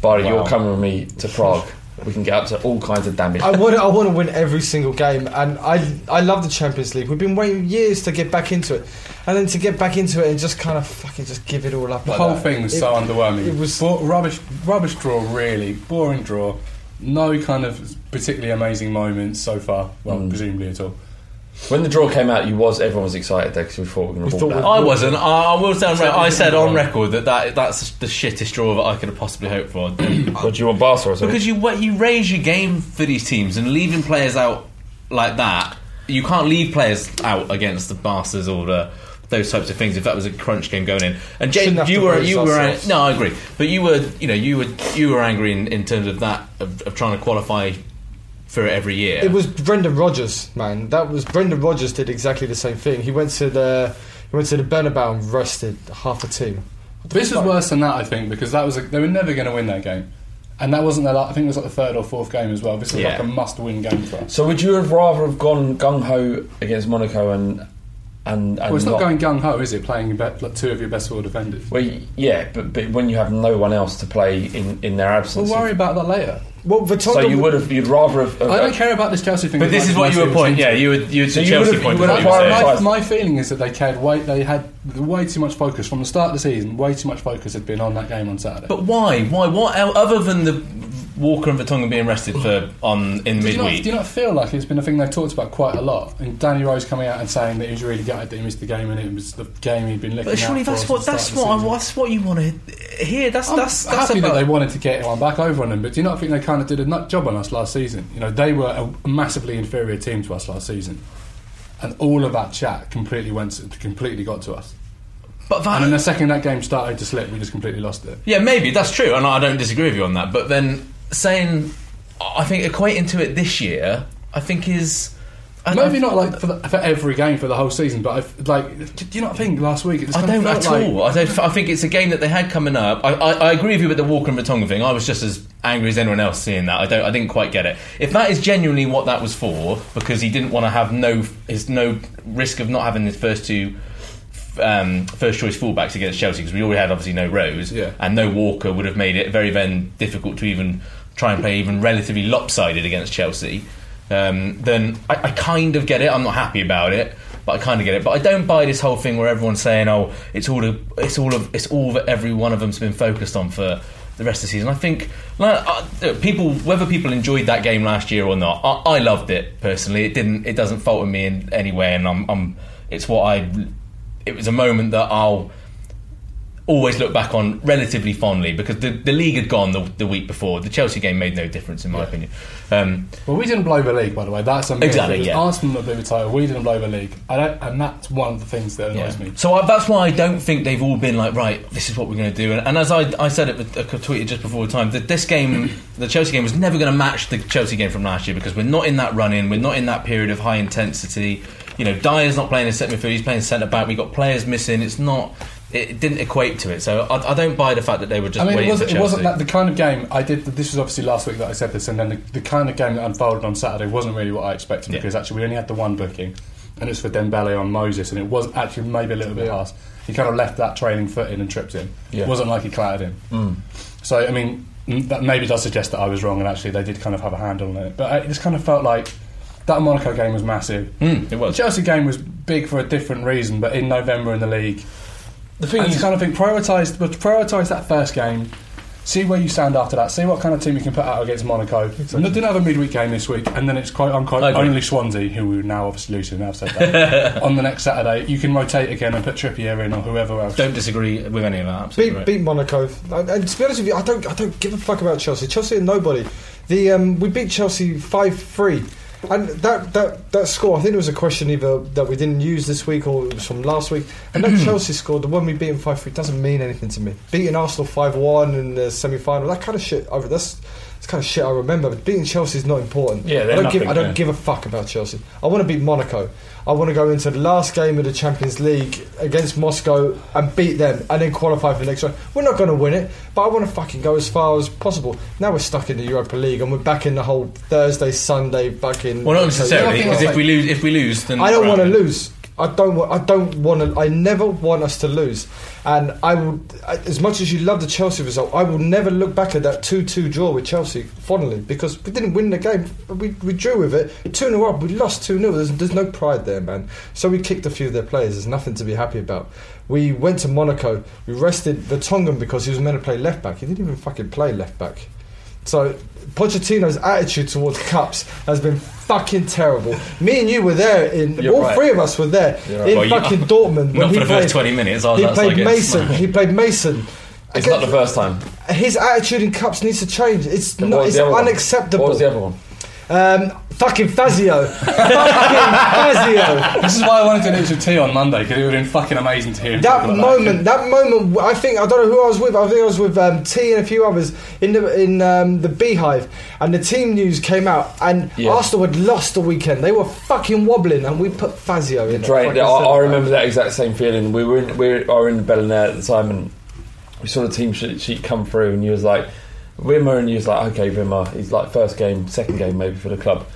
Barry, you're coming with me to
<laughs>
Prague. We can get up to all kinds of damage.
I want, to, I want to win every single game, and I, I love the Champions League. We've been waiting years to get back into it, and then to get back into it and just kind of fucking just give it all up.
The
like
whole
that.
thing was
It-
so underwhelming.
It was
Bo- rubbish, rubbish draw, really boring draw. No kind of particularly amazing moments so far. Well, presumably at all.
When the draw came out, you was everyone was excited though because we thought we were going to
We
walk that.
thought we-
I wasn't. I, I will say on record. I said on record that, that that's the shittest draw that I could have possibly hoped for.
What do you want, Barca or something?
because you what you raise your game for these teams and leaving players out like that, you can't leave players out against the Barca's or the those types of things. If that was a crunch game going in, and Jay,
Shouldn't have
you
to
were
raise
you were
ourselves.
no, I agree, but you were you know you were you were angry in, in terms of that of, of trying to qualify for it every year.
It was Brendan Rodgers, man. That was Brendan Rodgers did exactly the same thing. He went to the he went to the Bernabeu and rested half a team.
This was worse than that, I think, because that was a, they were never going to win that game, and that wasn't their. la- I think it was like the third or fourth game as well. This was
Yeah.
like a must-win game for us.
So would you have rather have gone gung ho against Monaco and and, and
Well, it's not going gung ho, is it? Playing your be- like, two of your best four defenders.
Well, y- yeah, but, but when you have no one else to play in, in their
We'll
absence,
worry about that later.
Well, Vertonghen.
so you would have you'd rather have.
I don't care about this Chelsea thing.
but this is what you were point. Yeah, you were you were
So
the
you
Chelsea
would've-
point.
you
is
would've
what you were saying.
my, my feeling is that they cared. Way, they had way too much focus from the start of the season. Way too much focus had been on that game on Saturday.
But why? Why? What el- other than the Walker and Vertonghen being rested for on in
do you, not,
midweek?
do you not feel like it's been a thing they've talked about quite a lot? And Danny Rose coming out and saying that he was really gutted that he missed the game and it was the game he'd been looking
But surely
out for
that's
since
what
the
that's
start of
what
the season.
that's what you want to hear. That's
I'm
that's that's
happy
about.
that they wanted to get one back over on them, but do you not think they kind of did a nut job on us last season? You know, they were a massively inferior team to us last season, and all of that chat completely went to, completely got to us.
but
And then the
that,
second that game started to slip, we just completely lost it.
yeah, maybe that's true, and I don't disagree with you on that. But then saying, I think equating to it this year, I think is I don't-
Maybe not like for, the, for every game for the whole season, but I've, like, do you not think last week? It just
I
kind of
don't at
felt like-
all. I don't. I think it's a game that they had coming up. I, I, I agree with you with the Walker and Vertonghen thing. I was just as angry as anyone else seeing that. I don't. I didn't quite get it. If that is genuinely what that was for, because he didn't want to have no his no risk of not having his first two um, first choice fullbacks against Chelsea because we already had obviously no Rose
Yeah.
and no Walker would have made it very then difficult to even try and play even relatively lopsided against Chelsea. Um, then I, I kind of get it. I'm not happy about it, but I kind of get it. But I don't buy this whole thing where everyone's saying, "Oh, it's all the, it's all of, it's all that every one of them's been focused on for." The rest of the season, I think, like, uh, look, people, whether people enjoyed that game last year or not, I, I loved it personally. It didn't, it doesn't falter me in any way, and I'm, I'm, it's what I it was a moment that I'll always look back on relatively fondly because the, the league had gone the, the week before. The Chelsea game made no difference, in my opinion. Um,
Well, we didn't blow the league, by the way. That's a myth.
Exactly,
It was
yeah.
Arsenal that blew the title. We didn't blow the league. I don't, and that's one of the things that annoys me.
So I, that's why I don't think they've all been like, right, this is what we're going to do. And, and as I, I said it, with- I tweeted just before the time that this
<coughs>
game, the Chelsea game, was never going to match the Chelsea game from last year because we're not in that run in, we're not in that period of high intensity. You know, Dyer's not playing in centre midfield; he's playing centre back. We have got players missing. It's not. It it didn't equate to it, so I, I don't buy the fact that they were just
I mean, it
waiting
wasn't,
for
it wasn't
Chelsea.
that the kind of game I did. This was obviously last week that I said this, and then the, the kind of game that unfolded on Saturday wasn't really what I expected
Yeah.
because actually we only had the one booking, and it was for Dembele on Moses, and it was actually maybe a little bit harsh. He kind of left that trailing foot in and tripped him.
Yeah.
It wasn't like he clattered him.
Mm.
So I mean, m- that maybe does suggest that I was wrong, and actually they did kind of have a handle on it. But I, it just kind of felt like that Monaco game was massive.
Mm, it was.
The Chelsea game was big for a different reason, but in November in the league,
the thing
and
is,
you kind of think prioritise, but prioritise that first game. See where you stand after that. See what kind of team you can put out against Monaco. And they didn't have a midweek game this week, and then it's quite I'm quite
I agree.
only Swansea, who we now obviously losing. Now I've said
<laughs>
that on the next Saturday, you can rotate again and put Trippier in or whoever else.
Don't disagree with any of that. Absolutely.
beat,
right.
beat Monaco. Uh, And, and to be honest with you, I don't I don't give a fuck about Chelsea. Chelsea are nobody. The um, we beat Chelsea five three. And that, that, that score, I think it was a question either that we didn't use this week or it was from last week.
<clears throat>
And that Chelsea score, the one we beat in 5 3, doesn't mean anything to me. Beating Arsenal 5 1 in the semi final, that kind of shit, I, that's, that's kind of shit I remember. But beating Chelsea is not important.
Yeah, they're
I don't, give,
nothing,
I don't
yeah.
give a fuck about Chelsea. I want to beat Monaco. I want to go into the last game of the Champions League against Moscow and beat them and then qualify for the next round. We're not going to win it, but I want to fucking go as far as possible. Now we're stuck in the Europa League and we're back in the whole Thursday, Sunday fucking.
Well, not necessarily,
Yeah, I
because
think
if we lose, if we lose, then
I don't want to
Right.
lose. I don't. wa- I don't want to. I never want us to lose. And I will. I- As much as you love the Chelsea result, I will never look back at that two-two draw with Chelsea fondly because we didn't win the game. We, we drew with it two 0 up. We lost two 0 there's, there's no pride there, man. So we kicked a few of their players. There's nothing to be happy about. We went to Monaco. We rested Vertonghen because he was meant to play left back. He didn't even fucking play left back. So Pochettino's attitude towards cups has been fucking terrible. Me and you were there in
You're
all
right.
three of us were there
You're right.
in
Well, you-
<laughs>
fucking Dortmund.
Not for the first 20 minutes, I was
he
outside
played
getting
Mason.
smacked.
He played Mason.
It's not the first time.
His attitude in cups needs to change. It's
What
not.
was
It's
the other one?
unacceptable.
What was the other one?
Um,
<laughs>
fucking Fazio. fucking Fazio.
This is why I wanted to introduce tea on Monday because it would have been fucking amazing to hear him talk
That
about
moment, that moment, I think I don't know who I was with. I think I was with um, T and a few others in the in um, the Beehive, and the team news came out, and
Yeah.
Arsenal had lost the weekend. They were fucking wobbling, and we put Fazio in. at
Right,
fucking
I, I
centre-back.
remember that exact same feeling. We were in, we were, I were in Bellinair at the time, and we saw the team sheet, sheet come through, and you was like, Wimmer, and you was like, okay, Wimmer, he's like first game, second game maybe for the club,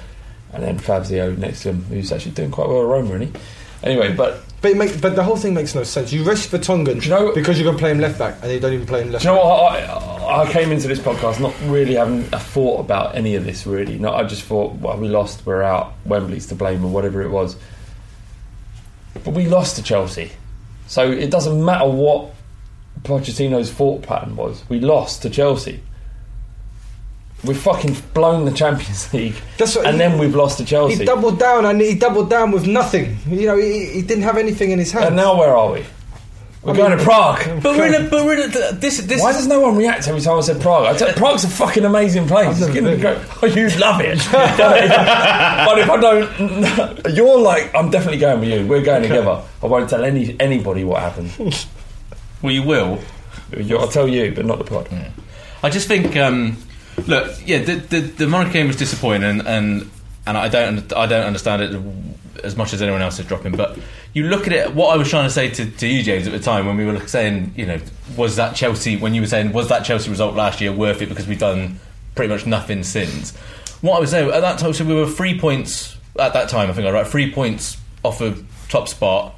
and then Fabio next to him, who's actually doing quite well at Roma, isn't he? Anyway, but
But it make, but the whole thing makes no sense. You rest for Tongan
you know-
because you're gonna play him left back, and you don't even play him left.
Do you know what? I, I, I came into this podcast not really having a thought about any of this, really. No, I just thought, well, we lost, we're out, Wembley's to blame, or whatever it was. But we lost to Chelsea. So it doesn't matter what Pochettino's thought pattern was. We lost to Chelsea. We've fucking blown the Champions <laughs> League.
That's what-
and then we've lost to
back.
Chelsea.
He doubled down, and he doubled down with nothing. You know, he, he didn't have anything in his hand.
and now where are we? We're going to
<laughs>
Prague.
But we're in a. But we're in a. This. This.
Why
is-
does no one react every time I said Prague? I tell, Prague's a fucking amazing place.
I've never
It's gonna be
been.
great. <laughs> Oh, you'd love it. but, if, but if I don't, <laughs> you're like, I'm definitely going with you. We're going together. I won't tell any anybody what happened.
well, you will.
You- I'll tell you, but not the pod.
I just think, um, look, yeah, the the, the Monaco game was disappointing, and, and and I don't I don't understand it as much as anyone else is dropping. But you look at it. What I was trying to say to, to you, James, at the time when we were saying, you know, was that Chelsea? When you were saying, was that Chelsea result last year worth it because we've done pretty much nothing since? What I was saying at that time, so we were three points at that time. I think I right, three points off of top spot.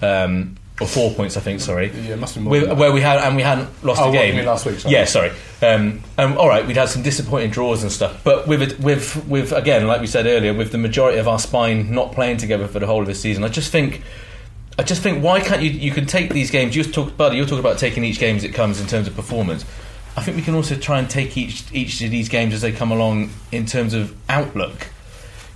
Um, or four points, I think. Sorry,
Yeah, it must be more
Where-
than that.
where we had and we hadn't lost
Oh,
the
what
game
you mean last week, sorry.
Yeah, sorry. Um, um, all right, we'd had some disappointing draws and stuff, but with it, with with again, like we said earlier, with the majority of our spine not playing together for the whole of the season, I just think. I just think why can't you? You can take these games. You talk, buddy. You're talking about taking each game as it comes in terms of performance. I think we can also try and take each each of these games as they come along in terms of outlook.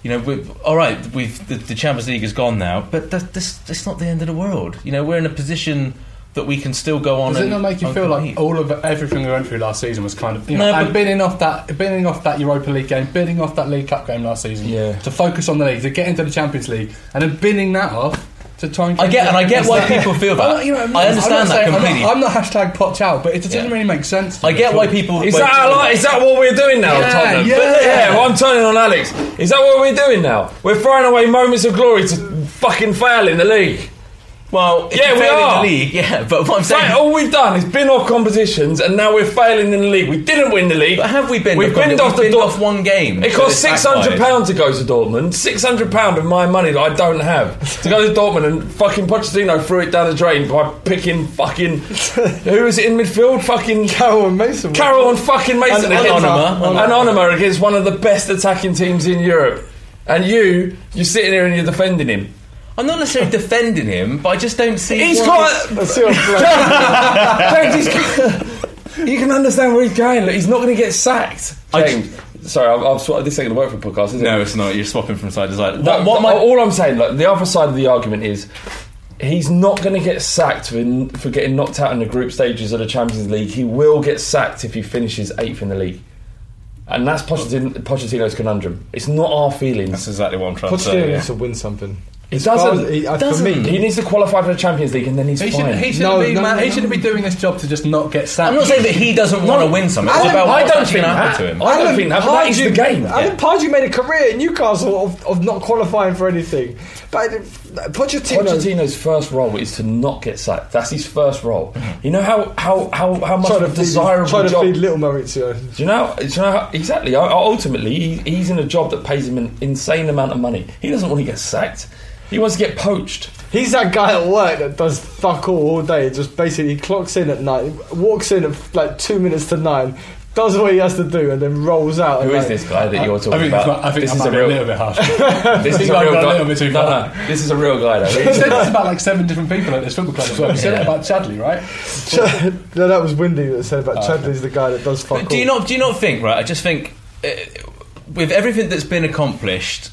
You know, we all right. We've the, the Champions League is gone now, but that, this it's not the end of the world. You know, we're in a position that we can still go on.
Does it
and-
not make you
and
feel
compete.
like all of everything we went through last season was kind of you
No,
know, and
but-
bidding off that bidding off that Europa League game, bidding off that League Cup game last season
Yeah.
to focus on the league, to get into the Champions League, and then bidding that off to try and
I get- and I get why
It's like-
people feel that.
I'm not- you know, I'm not-
I understand
I'm not
that
saying- I'm not-
completely.
I'm not, hashtag potch out, but it doesn't
Yeah.
really make sense. to
I
me
get
at
why
all.
people.
Is
wait-
that our li- is that what we're doing now,
Yeah,
Tottenham?
yeah.
yeah. Well, I'm turning on Alex. Is that what we're doing now? We're throwing away moments of glory to fucking fail in the league.
Well, if
Yeah,
you
we
fail in
are.
the league. Yeah, <laughs> but what I'm saying.
Right, all we've done is bin off competitions, and now we're failing in the league. We didn't win the league.
but have we been?
We've binned off the
binned
door-
off one game.
It
so
cost
it's
six hundred
backfired.
pounds to go to Dortmund. Six hundred pound of my money that I don't have to go to Dortmund, and fucking Pochettino threw it down the drain by picking
<laughs>
fucking who was it in midfield? Fucking
Carroll and Mason.
Carroll and fucking Mason
And
against
Onana.
and Onana against one of the best attacking teams in Europe. And you, you're sitting here and you're defending
<laughs>
him.
I'm not necessarily defending him, but I just don't see.
He's
why-
got
Let's see what play.
James, he's- you can understand where he's going. Look, he's not going to get sacked.
I-
James, sorry, I've, I've sw- this ain't going to work for a podcast, is it?
No, it's not. You're swapping from side to side.
No,
What, what
no,
my,
all I'm saying, like the other side of the argument is, he's not going to get sacked for, for getting knocked out in the group stages of the Champions League. He will get sacked if he finishes eighth in the league, and that's Pochettino, Pochettino's conundrum. It's not our
that's
feelings.
exactly what I'm trying to
Pochettino
say. yeah.
needs to win something.
He
As far
doesn't.
as- he- uh,
doesn't.
For me,
He needs to qualify for the Champions League, and then he's
He
fine.
shouldn't, he shouldn't
No,
be
no,
man,
no,
he
no.
shouldn't be doing this job to just not get sacked.
I'm not saying that he doesn't want to win something. It's
Alan-
about
I
what's
don't
actually
think
going
that.
to
Oh,
happen to him.
I don't think that- but that is the game.
Alan
Yeah.
Pardew made a career at Newcastle of, of not qualifying for anything. But uh, Pochettino,
Pochettino's first role is to not get sacked. That's his first role. You know how how how, how much
trying
of
to
a
feed,
desirable
trying to
job.
feed little Maurizio.
Do you know? Do you know how, exactly? I- I- Ultimately, he, he's in a job that pays him an insane amount of money. He doesn't want to get sacked. He wants to get poached.
He's that guy at work that does fuck all all day. Just basically clocks in at night, walks in at like two minutes to nine, does what he has to do, and then rolls out.
Who is
and like-
this guy that you're talking
I think,
about?
I think
this
I
is
might
a
be
real.
a little
<laughs>
bit harsh.
This is a
I've
real
gone a
guy.
little bit too
No,
far.
no, this is a real guy though.
You said
He's-
this about like seven different people at this football club as well. You said
Yeah.
it about Chadley, right?
<laughs> no, that was Windy that said
Oh,
about Chadley's the guy that does fuck.
But do you
all.
not? Do you not think? Right, I just think uh, with everything that's been accomplished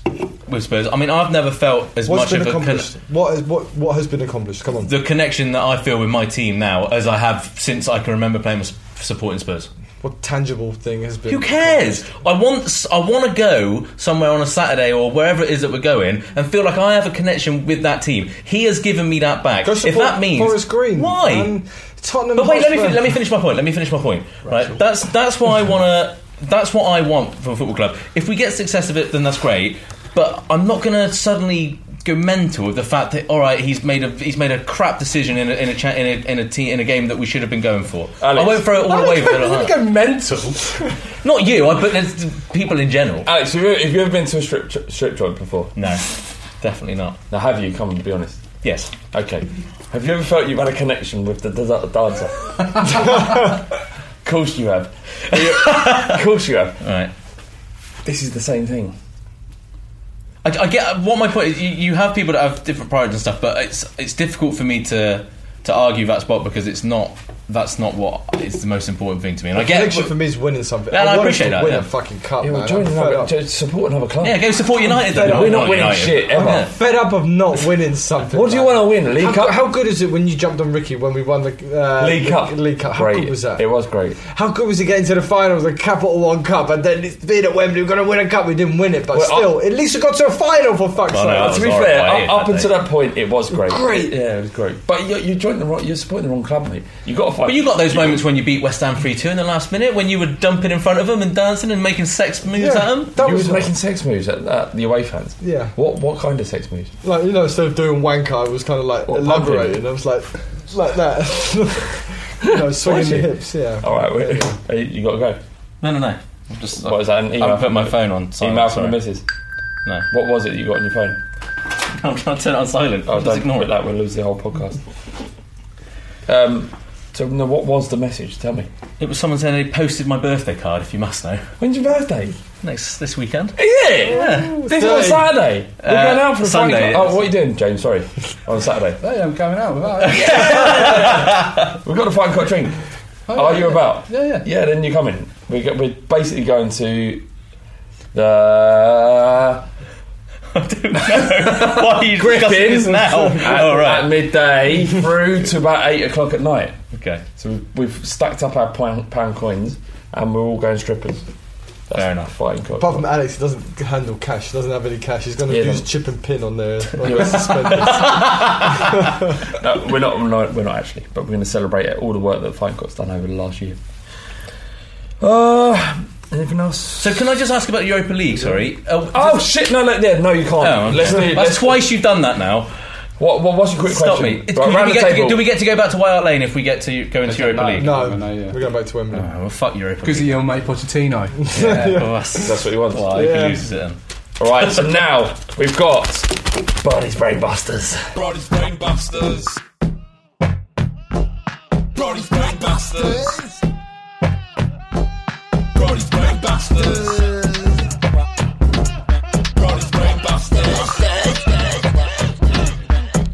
with Spurs. I mean, I've never felt as much
What's been
of a con-
accomplished? What, is, what what has been accomplished? Come on.
the connection that I feel with my team now as I have since I can remember playing with s- supporting Spurs.
what tangible thing has been?
Who cares? I want s- I want to go somewhere on a Saturday or wherever it is that we're going and feel like I have a connection with that team. He has given me that back.
Go
if
support
that means
Forest Green. Um,
why?
and Tottenham.
But wait, let me
Hotspur.
fin- let me finish my point. Let me finish my point. Right, that's that's why I want to. That's what I want for a football club. If we get success of it, then that's great. But I'm not going to suddenly go mental with the fact that all right, he's made a he's made a crap decision in a in a cha- in a, in a, te- in a game that we should have been going for.
Alex.
I won't throw it all away. with
You
it.
go mental.
Not you, I, but there's people in general.
Alex, have you, have you ever been to a strip strip joint before?
No, definitely not.
Now, have you? Come on, be honest.
Yes,
Okay. Have you ever felt you've had a connection with the desert
<laughs>
dancer? of course you have. of course you have.
all right.
This is the same thing.
I, I get what my point is. You, you have people that have different priorities and stuff, but it's it's difficult for me to to argue that spot because it's not that's not what is the most important thing to me. And I get
Connection for me is winning something.
Yeah,
I
no, I
want
appreciate
to
that,
Win
yeah.
a fucking cup,
Yeah, well,
man.
join
I'm fed
another,
up.
just support another club.
yeah, go support United. Then.
We're not
United.
winning shit ever.
Yeah.
Fed up of
<laughs>
not winning something.
What do you
man.
want to win? League
How,
Cup?
how good is it when you jumped on Ricky when we won the uh,
League Cup.
League Cup. How
great.
good was that?
It was great.
How good was it getting to the finals, the Capital One Cup, and then it's been at Wembley, we're going to win a cup. We didn't win it, but
Well, I-
still, at least we got to a final for fuck's
Well,
sake.
no, I
to
was
be
alright
fair,
by
up,
it,
up
that
until
day.
that point, it was great.
Great.
Yeah, it was great. But you, you joined the wrong. You're supporting the wrong club, mate. You got to fight.
But you got those moments when you beat West Ham three two in the last minute when you were dumping in front of them and dancing and making sex moves
Yeah.
at them.
That
You
was
was making sex moves at, at the away fans.
<laughs> Yeah.
What what kind of sex moves?
like you know, instead of doing wanker, I was kind of like
What,
elaborating.
pumping?
I was like, like that, <laughs> you know, swinging the
you?
hips. Yeah.
All right, we, hey, you got to go.
No, no, no. I'm just
What is that? An email?
I put my phone on. Silent,
Email from
sorry.
the missus.
No, <laughs>
What was it you got on your phone?
I'm trying to turn it on silent.
Oh,
just
don't
ignore it.
That we'll lose the whole podcast. Um, so, no, what was the message? Tell me.
It was someone saying they posted my birthday card. If you must know,
When's your birthday? Is
next this weekend.
it?
Yeah.
This is on
Thirty.
Saturday. We're
Uh,
going out for a
Sunday,
Friday.
it
Oh,
is.
what are you doing, James? Sorry, on Saturday.
Hey, I'm coming out with that.
We've got a fine cut drink.
Oh,
are you about?
Yeah, yeah.
Yeah, then you're coming. We're, go- we're basically going to the
<laughs> Why are you discussing this
<laughs>
now?
at,
<laughs> All right.
at midday through to about eight o'clock at night.
Okay.
So we've, we've stacked up our pound, pound coins and we're all going strippers. That's
Fair enough.
Fighting cock.
Apart from Alex, he doesn't handle cash. He doesn't have any cash. He's going to
Yeah,
use
no.
chip and pin on their on
<laughs> Yeah. <laughs>
their suspenders.
No, Uh, we're not. We're not, we're not actually. But we're going to celebrate all the work that Fight Cut's done over the last year. Uh, anything else?
So can I just ask about Europa League? Sorry. Oh,
Oh shit! No, no, yeah, no, you can't.
oh, okay.
let's do.
That's
Let's,
twice you've done that now.
what, what? What's your quick
Stop
question?
me.
Right,
It's- do,
round
we
the
get to,
table.
go- do we get to go back to White Hart Lane if we get to go into Europa
no.
League?
no,
No, yeah.
we're going back to Wembley.
Oh, well, fuck Europa
Because
League.
of your mate Pochettino.
Yeah, well, that's,
That's what he wants.
Well, if
Yeah.
he loses it then.
All right. So now we've got Barney's Brain Busters.
Brody's Brainbusters. Brody's Brainbusters. Brody's Brainbusters. Brody's Brainbusters.
<laughs>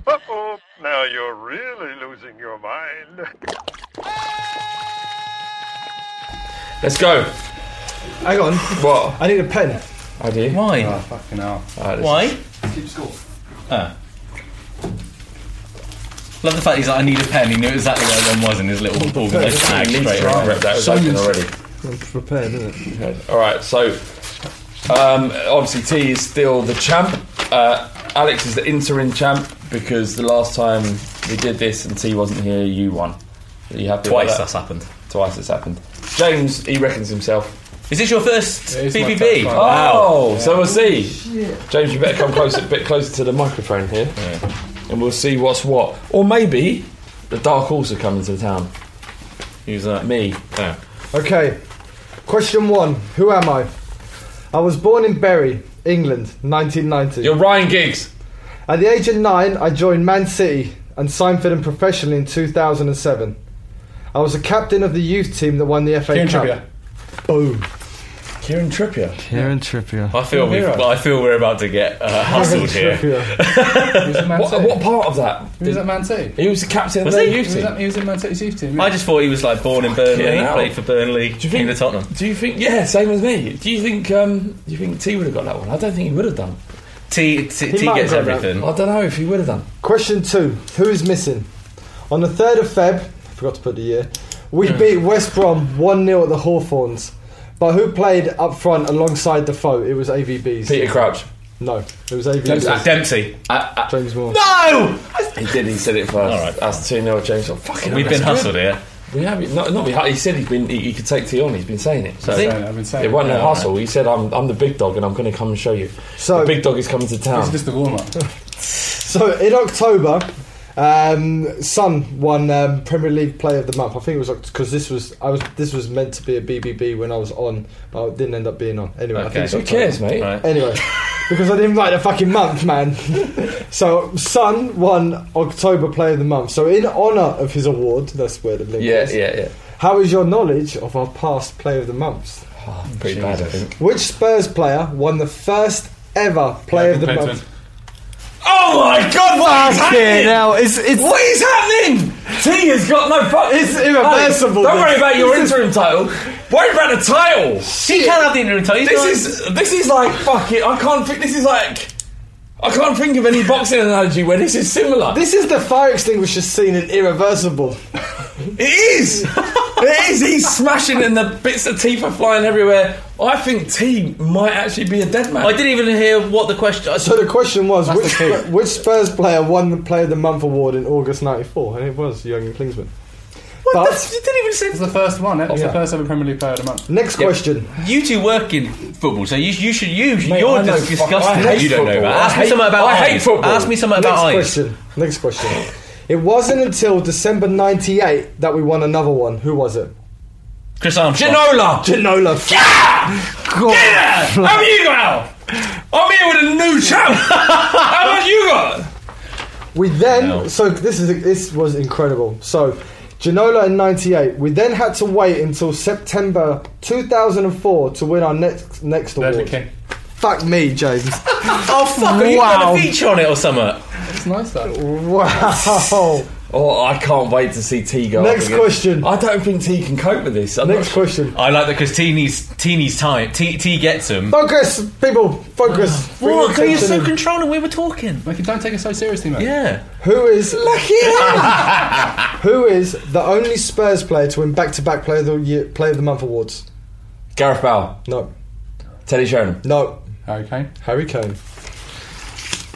Uh-oh, now you're really losing your mind.
Let's go.
Hang on,
What?
I need a pen.
I do.
Why?
Oh, fucking hell.
Why? Keep score. Ah. Love the fact he's like, I need a pen. He knew exactly where one was in
<laughs>
his little organised bag straight away.
Rep that was
So
open
many-
already.
I'm prepared, isn't it?
All right, so um, obviously T is still the champ. Uh, Alex is the interim champ because the last time we did this and T wasn't here, you won. Are you happy
Twice
about
that's
that?
happened.
Twice that's happened. James, he reckons himself.
Is this your first
It is my
BBB?
first one.
Wow.
Oh, so we'll see. James, you better come closer, a bit closer to the microphone here, and we'll see what's what. Or maybe the dark horse will come into the town.
Who's that?
Me.
Oh.
Okay. Question one: Who am I? I was born in Bury, England, 1990.
You're Ryan Giggs.
At the age of nine, I joined Man City and signed for them professionally in 2007. I was a captain of the youth team that won the FA
Kieran
Cup.
Trippier.
Boom.
Kieran Trippier.
Kieran Trippier.
I feel we.
Hero.
I feel we're about to get uh, <laughs> hustled here.
What, what part of that?
He was at Man City.
He was the captain of
Was
their
he?
He
youth
was,
team.
at, he was in Man City's youth team. yeah.
I just thought he was like born in Burnley,
hell.
played for Burnley,
Do you
came
think
to Tottenham.
Do you think? Yeah, same as me. Do you think? Um, do you think T would have got that one? I don't think he would have done.
T, T, T
might
gets
have got that.
everything.
I don't know if he would have done.
Question two Who is missing? On the 3rd of Feb, forgot to put the year, we beat West Brom 1 0 at the Hawthorns. But who played up front alongside the foe? It was AVBs.
Peter Crouch.
No, it was
James
AVBs.
uh, Dempsey.
James Moore.
No,
He did. He said it first.
All right.
That's two 0 James. Oh, fucking.
we've
hell,
been
that's
hustled
good.
here.
We have. Not, not we. hu- He said he's been. He, he could take T on. He's been saying it. So
I've been saying it, I've been saying
it
it.
wasn't a
Yeah.
hustle. He said, "I'm. I'm the big dog, and I'm going to come and show you.
So-
the big dog is coming to town."
It's just a warm up.
So in October, um, Sun won um, Premier League Player of the Month. I think it was because this was I was this was meant to be a BBB when I was on, but it didn't end up being on. Anyway, I
Okay.
think it's
Who
October.
cares, mate?
Right.
Anyway, because I didn't write the fucking month,
<laughs>
man. so Sun won October Player of the Month. So in honour of his award, that's where the link
Yeah,
is.
yeah, yeah.
How is your knowledge of our past Player of the Months?
Pretty bad, I think.
Which Spurs player won the first ever Player of the Month?
Oh my god! What is happening?
now it's it's
What is happening? T has got no fuck.
It's irreversible,
Don't
this.
worry about your interim title. Worry about the title.
He can't have the interim title. He's
This
not-
is this is like fuck it. I can't think. This is like I can't think of any boxing analogy where this is similar.
This is the fire extinguisher scene in Irreversible.
it is. it is. He's smashing and the bits of teeth are flying everywhere. I think T might actually be a dead man.
I didn't even hear what the question.
So the question was,
That's
which,
the key.
Sp- which Spurs player won the Player of the Month award in August '94? And it was Jurgen Klinsmann.
What
but
the f- you didn't even say.
It's the first one. It was
Yeah.
the first ever Premier League player of the month.
next question.
You two work in football, so you, you should you
Mate, I
you're
know
just
fuck- I
disgusting.
hate
you don't know
football.
that.
I
Ask me
hate-
something about
I hate
eyes.
football.
Ask me something about
Next
eyes.
question. Next question. It wasn't until December '98 that we won another one. Who was it?
Chris Armstrong.
Ginola.
Ginola.
Yeah! How have you got? I'm here with a new champ. How about you got?
We then
No.
so this is this was incredible. So Ginola in '98. We then had to wait until September 2004 to win our next next
Deadly
award.
King.
Fuck me, <laughs> James.
Oh fuck! Are you
Wow.
got a feature on it or something?
It's nice though.
wow.
Oh, I can't wait to see T go. up
Next
again.
question.
I don't think T can cope with this. I'm not
Next
sure.
question.
I like that because T needs T needs time. T T gets him.
Focus, people. Focus. Bring
What?
the
You're so
attention in.
controlling. We were talking.
Like, you don't take it so seriously, mate.
Yeah.
Who is lucky? <laughs> who is the only Spurs player to win back-to-back Player of the Year, Player of the Month awards?
Gareth Bale,
No,
Teddy Sheringham.
no.
Harry Kane.
Harry Kane.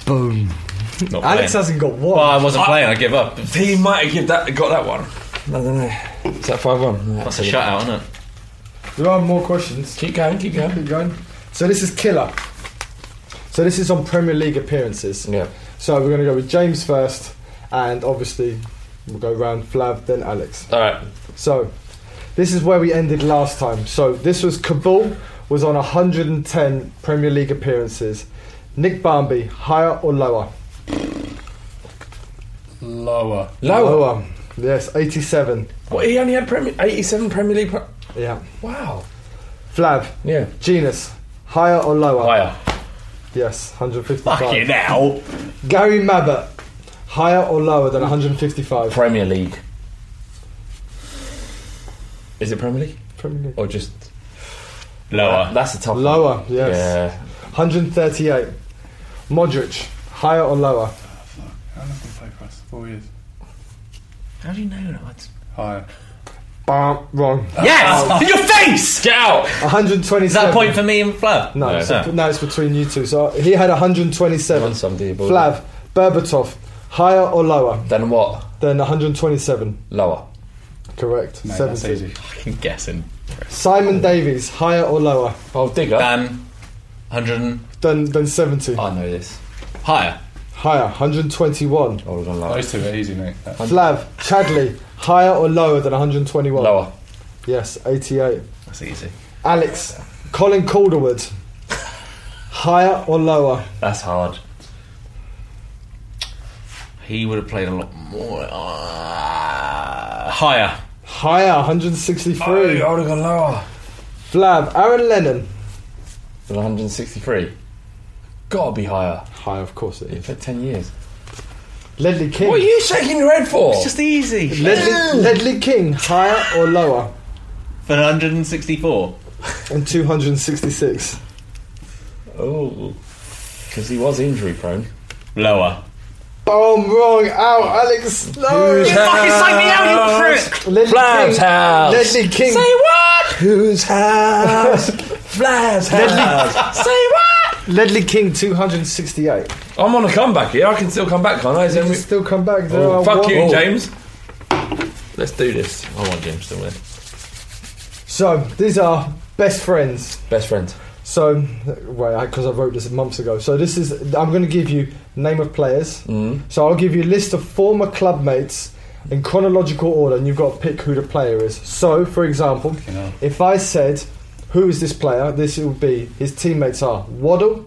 Boom.
Not playing.
Alex hasn't got one.
Well, I wasn't playing. I give up.
T might have give that, got that one. I don't know. Is that five one?
That's a shout out, isn't it?
There are more questions.
Keep going, keep going.
Keep going. So this is killer. So this is on Premier League appearances.
Yeah.
So we're going to go with James first, and obviously we'll go round Flav, then Alex.
All right.
So, this is where we ended last time. So, this was Kabul was on 110 Premier League appearances. Nick Barmby, higher or lower?
Lower.
Lower.
Lower. Yes, 87.
What, he only had Premier, 87 Premier League. Pro-
Yeah.
wow.
Flav,
Yeah.
Genus, higher or lower?
Higher.
Yes, 155.
Fucking hell.
Gary Mabbott, higher or lower than 155?
Premier League. Is it Premier League
Premier League.
or just uh,
Lower.
That's a tough. one.
Lower, yes.
Yeah.
138. Modric, higher or lower?
How long did he play for us? Four years.
How do you know that?
Higher.
Bam, wrong.
Yes. In your face. Get out.
127.
Is that a point for me and Flav?
No, it's, no, it's between you two. So he had
Go
127.
on, somebody, you're bored.
Flav, Berbatov, higher or lower
Then what?
than 127?
Lower.
Correct.
Mate, that's
70.
easy.
Fucking guessing.
Simon Davies, higher or lower
Oh, digger.
Dan, hundred and
than, than 70?
Uh.
I know this.
higher.
Higher, 121.
Oh, we're going lower.
Those two are easy, mate. That's
Flav, Chadley, higher or lower than 121?
Lower.
Yes, 88.
That's easy.
Alex, Colin Calderwood, higher or lower?
That's hard. He would have played a lot more. Uh, higher.
Higher, 163.
Oh, would have gone lower.
Flav, Aaron Lennon.
163. Gotta be higher.
Higher, of course it is.
For 10 years.
Ledley King.
What are you shaking your head for?
It's just easy.
Ledley, Ledley King, higher or lower?
For 164.
And 266.
Oh. Because he was injury prone.
Lower.
Boom, Oh, wrong, out, Alex. No.
Fucking sign me out, you prick!
Ledley
Flav's
King.
house.
Ledley King.
what? Whose
<laughs>
house? Flav's house. Say what?
Ledley King, 268.
I'm on a comeback here. I can still come back, can't I? Is there
Can
any-
still come back. There
Oh,
are
fuck
one-
you,
Oh.
James. Let's do this. I want James to win.
So, these are best friends.
Best friend.
So, wait, because I wrote this months ago. So this is I'm going to give you name of players. Mm. So I'll give you a list of former club mates in chronological order, and you've got to pick who the player is. So, for example,
hell.
if I said, "Who is this player?" This would be his teammates are Waddle,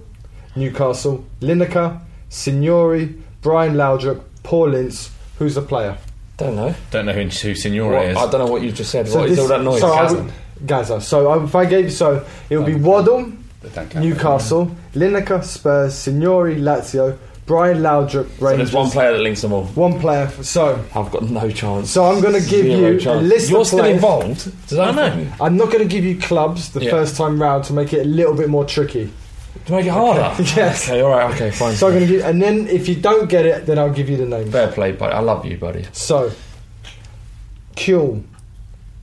Newcastle, Lineker, Signori, Brian Laudrup, Paul Ince. Who's the player?
Don't know.
Don't know who, who
What-
Signore is.
I don't know what you just said. what is
this,
all that noise?
So I
Kazan?
would, Gaza. So I, if I gave so, it would be Waddle.
They don't count.
Newcastle, Lineker, Spurs, Signori, Lazio, Brian Laudrup,
So there's
Rangers.
one player that links them all.
One player. So
I've got no chance.
So I'm gonna give
Zero
you a
chance.
list of
You're still
players.
involved. Does that know?
I'm not going to give you clubs the
Yeah.
first time round to make it a little bit more tricky.
To make it harder.
<laughs> Yes.
Okay. All right. Okay. Fine.
So I'm going to give, and then if you don't get it, then I'll give you the name.
Fair play, buddy. I love you, buddy.
So, Kuhl,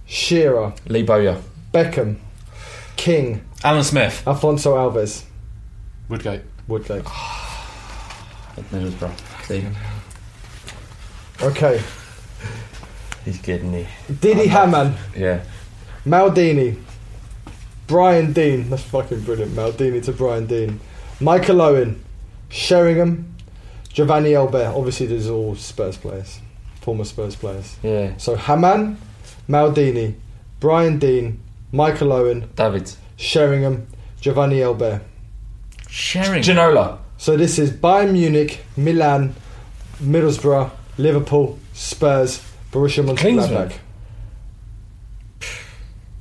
Shearer,
Lee Bowyer.
Beckham, King,
Alan Smith.
Alfonso Alves,
Woodgate.
Woodgate.
Middlesbrough. See,
Okay,
he's getting me.
Didi Hamann,
Yeah.
Maldini, Brian Dean. That's fucking brilliant. Maldini to Brian Dean. Michael Owen, Sheringham, Giovanni Elbert. Obviously, these are all Spurs players, former Spurs players.
Yeah.
So Haman, Maldini, Brian Dean, Michael Owen,
David.
Sheringham, Giovanni Elbert.
Sharing.
Ginola.
So this is Bayern Munich, Milan, Middlesbrough, Liverpool, Spurs, Borussia
Klinsmann.
Mönchengladbach.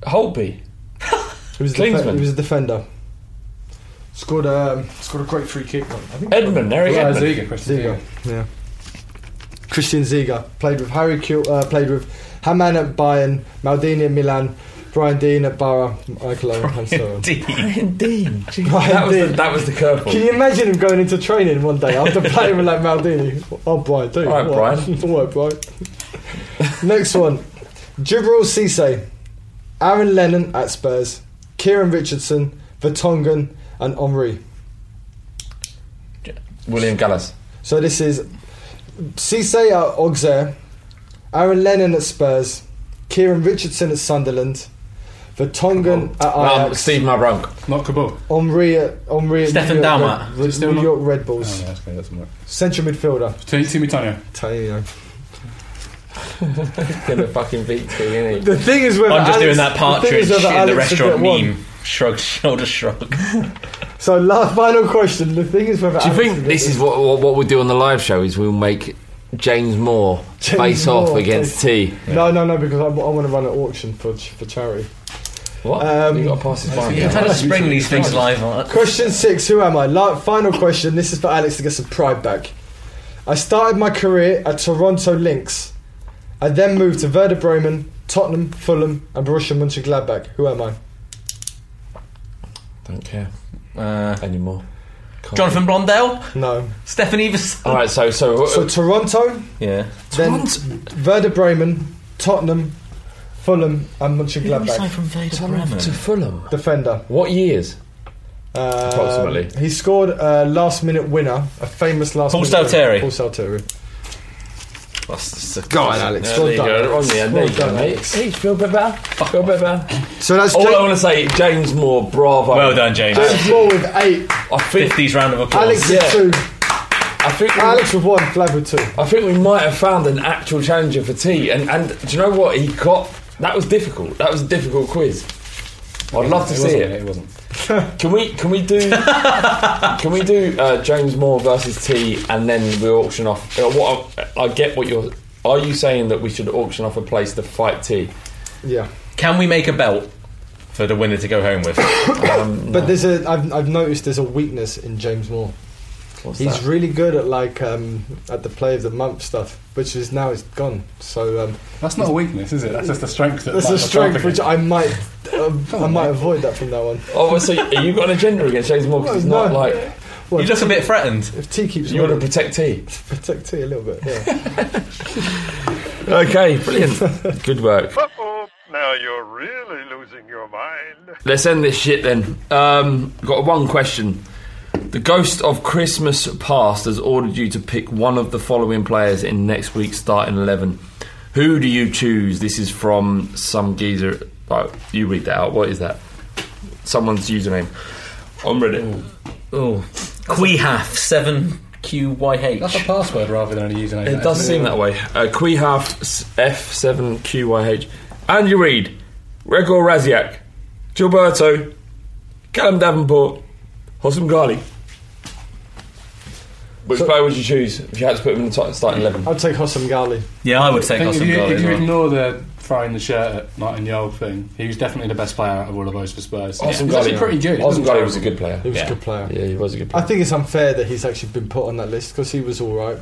Holtby.
He was, a
Klinsmann.
def- he was a defender. Scored um, a scored a great free kick. I think
Edmund. Eric
Yeah,
Edmund.
Ziga, Christian
Ziga.
Ziga.
Yeah. Christian Ziga played with Harry Kuehl, uh, played with Hamann at Bayern, Maldini at Milan, Brian Dean at Borough, Michael Owen, and so on.
Brian <laughs> Dean. Jeez,
Brian
that, was
Dean.
The, that was the curveball.
Can you imagine him going into training one
<laughs>
day after playing with like Maldini? Oh, Brian, do
All right,
<laughs> Brian. All right, Brian. Next one. Jibril Cisse, Aaron Lennon at Spurs, Kieran Richardson, Vertonghen, and Henri.
William Gallas.
So this is Cisse at Auxerre, Aaron Lennon at Spurs, Kieran Richardson at Sunderland, Vertonghen at
Um,
Ajax,
Steve Mabrunk.
Not Kabul.
Henri at Henri at
Stefan
New York,
Dalmat.
Red,
Is he still
New
not-
York Red
Oh,
Bulls,
no, that's okay, that's more.
central midfielder.
Timmy
Gonna fucking beat me,
<laughs>
innit?
The thing is, with
I'm just
Alex-
doing that
the thing
partridge
is with
in the
Alex to
restaurant
get one.
meme. Shrug, <laughs> shoulder shrug.
So, last final question. The thing is, whether
Do you think this is what, what what we'll do on the live show? Is we'll make James Moore
<laughs> James
face off
Moore,
against T.
No, no, no, because I, want to run an auction for ch- for charity.
What?
Um,
you got to pass this by.
You kind of spring these things live on.
Question six. Who am I? La- final question. This is for Alex to get some pride back. I started my career at Toronto Lynx. I then moved to Werder Bremen, Tottenham, Fulham, and Borussia Mönchengladbach. Who am I?
Don't care
Uh,
anymore. Can't.
Jonathan Blondell,
No.
Stefan Everson.
All right. So so. uh,
So Toronto,
Yeah.
then Werder Bremen, Tottenham, Fulham, and Mönchengladbach.
from
to Fulham.
Defender.
What years?
Uh,
Approximately.
He scored a last minute winner, a famous last
Paul
minute winner.
Saltieri.
Paul Saltieri.
Go on,
Alex,
There
well
you
done.
go. On there,
Well
there you go,
done,
mate.
Alex.
Hey, feel a bit better. Feel a bit better.
So that's
All I
James
want to say, James Moore, bravo.
Well done, James.
Moore with eight.
I think,
50s round of applause.
Alex
yeah.
with two.
I think, we,
Alex with one. Flav with two.
I think we might have found an actual challenger for T. And and do you know what? He got that was difficult. That was a difficult quiz. I'd love to
It
see
wasn't.
it.
It wasn't.
<laughs> Can we can we do can we do uh, James Moore versus T and then we'll auction off? Uh, what I get what you're. Are you saying that we should auction off a place to fight T?
Yeah.
Can we make a belt? for the winner to go home with. Um,
But there's a I've, I've noticed there's a weakness in James Moore. He's
that?
really good at like um, at the play of the month stuff, which is now is gone. So um,
That's not a weakness, is it? That's just a strength that
That's
might
a
not
strength
happen
which
again.
I might um, I might avoid that from now on.
Oh, well, so y- you've got an agenda against James Moore because he's
<laughs> No,
not
no.
like.
Well,
You're just a bit threatened.
If T keeps
You want to protect T.
protect T a little bit. Yeah.
Okay, brilliant. Good work.
Oh, Now you're really losing your mind.
Let's end this shit then. Um, got one question. The ghost of Christmas past has ordered you to pick one of the following players in next week's starting eleven. Who do you choose? This is from some geezer. Oh, you read that out. What is that? Someone's username. I'm ready.
Oh, Quehaf seven Q Y H.
That's a password rather than a username.
It does seem that way. Uh, Quehaf F seven Q Y H. Andy Reid, Gregor Raziak, Gilberto, Callum Davenport, Hossam Ghali. Which player would you choose if you had to put him in the top, starting eleven?
I'd take Hossam Ghali.
Yeah, I would
I
take
think if
Hossam
you,
Ghali.
if
as
you
well.
ignore the throwing the shirt at Martin Yole thing, he was definitely the best player out of all of those for Spurs.
Hossam
He's actually pretty good. He
Hossam
wasn't
Ghali was a
terrible.
good player.
He was
Yeah.
a good player.
Yeah, he was a good
I
player.
think it's unfair that he's actually been put on that list because he was all right.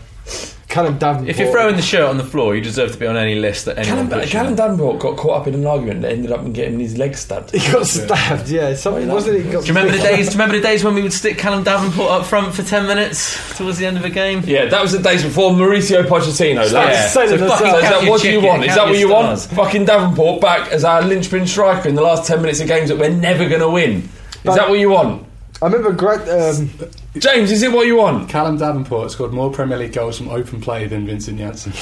Callum Davenport.
If you're throwing the shirt on the floor, you deserve to be on any list that anyone
Callum,
puts you
Callum
on.
Davenport got caught up in an argument that ended up in getting his leg stabbed.
<laughs> he got stabbed. Yeah, something wasn't it? Got
Do you remember the days? Do you remember the days when we would stick Callum Davenport up front for ten minutes towards the end of a game?
Yeah, that was the days before Mauricio Pochettino.
Stop
lads.
selling
So
us
fucking
out.
is that
Count your
what do you
chicken,
want? Is
count
that what you
your
want?
stars.
Fucking Davenport back as our linchpin striker in the last ten minutes of games that we're never going to win. Is
But-
that what you want,
I remember Greg. Um,
James? Is it what you want?
Callum Davenport scored more Premier League goals from open play than Vincent Janssen.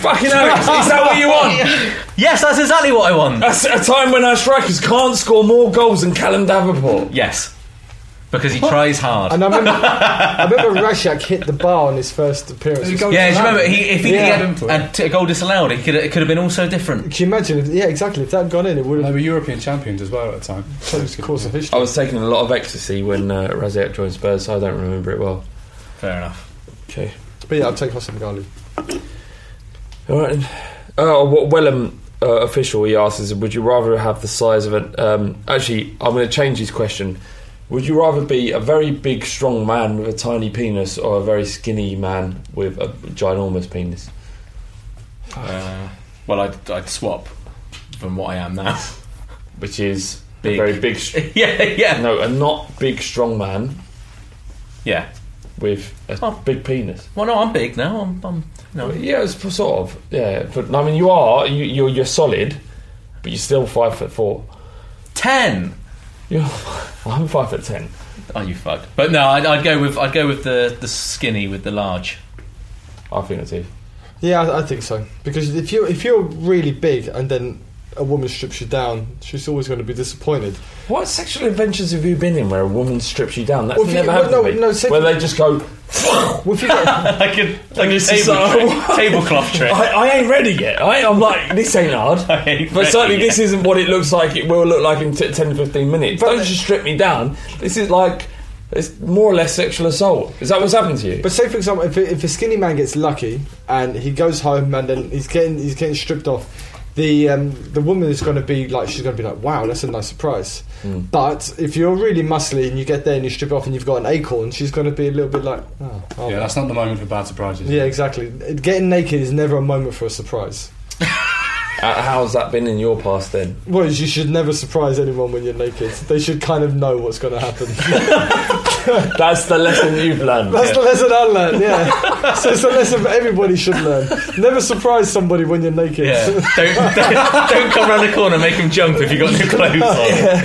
Fucking Alex, is that what you
<laughs>
want?
Yes, that's exactly what I want.
That's at a time when our strikers can't score more goals than Callum Davenport.
Yes, because he tries hard.
and I remember, I remember Rashak hit the bar on his first appearance.
Yeah, do you remember? He, if he,
Yeah.
he had a, t- a goal disallowed, it could it could have been also different.
Can you imagine? If, yeah, exactly. If that had gone in, it would
They
have
were European champions as well at the time.
changed the course of
I
history.
was taking a lot of ecstasy when uh, Raziak joined Spurs, so I don't remember it well.
Fair enough.
Okay.
But yeah, I'd take Hossam Ghali.
All right. then. Oh, what Wellham uh, official he asks is, would you rather have the size of an? Um, actually, I'm going to change his question. Would you rather be a very big, strong man with a tiny penis, or a very skinny man with a ginormous penis?
Uh, well, I'd, I'd swap from what I am now. <laughs>
Which is
Big.
a very big. St-
yeah, yeah,
<laughs> no, a not big, strong man
yeah.
with a
Oh.
big penis.
Well, no, I'm big now. I'm, I'm no.
Yeah, it's p- sort of. Yeah, but I mean, you are you, you're you're solid, but you're still five foot four.
ten.
You're, <laughs> I'm five foot ten.
Oh, you fuck. But no, I'd, I'd go with I'd go with the, the skinny with the large. <laughs>
I think that's it.
Yeah, I, I think so. Because if you if you're really big and then a woman strips you down, she's always going to be disappointed.
What sexual adventures have you been in where a woman strips you down? That's
Well, if you-
never
well,
happened
no,
to me.
no, say-
where they just go,
Well, if you got,
Like a like a
this is
table
a-
trick, <laughs> tablecloth trick.
I, I ain't ready yet. I, I'm like, this ain't hard.
<laughs> I ain't
but
ready
certainly
yet.
this isn't what it looks like it will look like in t- 10, 15 minutes.
But-
Don't just strip me down. This is like, it's more or less sexual assault. Is that what's happened to you?
but say for example, if, if a skinny man gets lucky and he goes home and then he's getting he's getting stripped off. The um, the woman is going to be like she's going to be like wow that's a nice surprise. But if you're really muscly and you get there and you strip off and you've got an acorn, she's going to be a little bit like oh, oh.
Yeah, that's not the moment for bad surprises.
yeah exactly. Getting naked is never a moment for a surprise.
Uh, how's that been in your past then?
Well, you should never surprise anyone when you're naked. They should kind of know what's going to happen.
That's the lesson you've learned.
That's the lesson I learned, yeah. so it's a lesson that everybody should learn. Never surprise somebody when you're naked.
Yeah. don't, don't don't come round the corner and make him jump if you've got no clothes on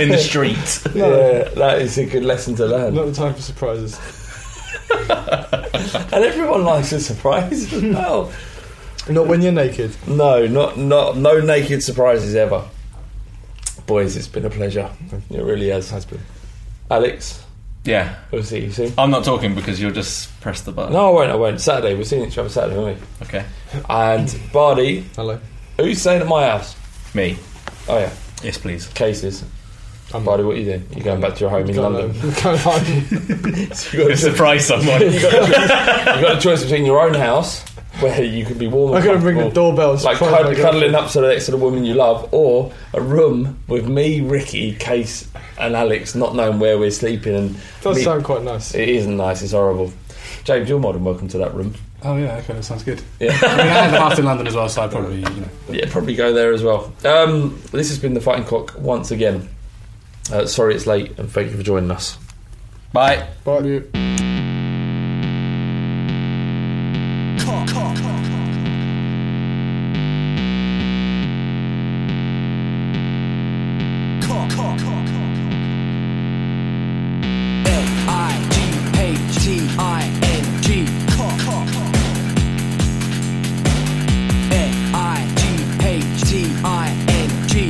<laughs>
in the street.
Yeah, that is a good lesson to learn.
Not the time for surprises.
And everyone likes a surprise as well.
Not when you're naked.
No, not not no naked surprises ever. Boys, it's been a pleasure. It really has.
Has been.
Alex,
Yeah.
we'll see you soon.
I'm not talking because you'll just press the button.
No, I won't. I won't. Saturday, we're seeing each other Saturday, aren't we?
Okay.
And Bardi,
Hello.
who's staying at my house?
Me.
Oh yeah,
Yes, please.
cases. Bardi, what are you doing? You're going back to your home in
Go <laughs>
London.
home. Go home.
You got, a,
Surprise someone.
you got a choice between your own house where you can be warm.
I'm
and
gonna ring the
comfortable,
doorbell and
Like
surprise
cud-
my girlfriend.
cuddling up so next to the woman you love, or a room with me, Ricky, Case, and Alex, not knowing where we're sleeping. And
Does
me-
sound quite nice.
It isn't nice. It's horrible. James, you're more than welcome to that room.
Oh yeah, okay, that sounds good.
Yeah.
I mean, I have half in London as well, so I probably you know.
Yeah, probably go there as well. Um, this has been the Fighting Cock once again. Uh, sorry it's late, and thank you for joining us. Bye.
Bye.
L-I-G-H-T-I-N-G L-I-G-H-T-I-N-G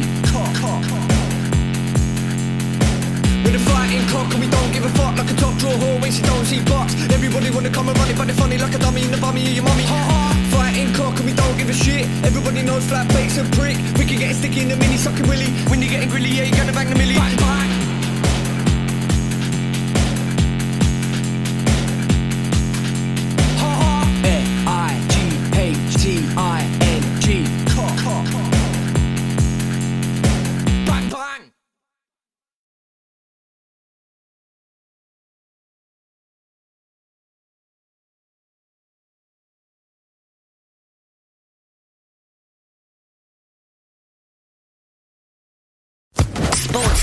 With a fighting cock and we don't give a fuck Like a top drawer whore when she don't see box Everybody wanna come and run it but they're funny like a dummy in the bummy of your mummy Fighting cock and we don't give a shit Everybody knows flat bait's a prick We can get it sticky in the mini sucking willy When you're getting grilly yeah you're gonna bang the millie Bang bang L-I-G-H-T-I-N-G Bang bang
Sports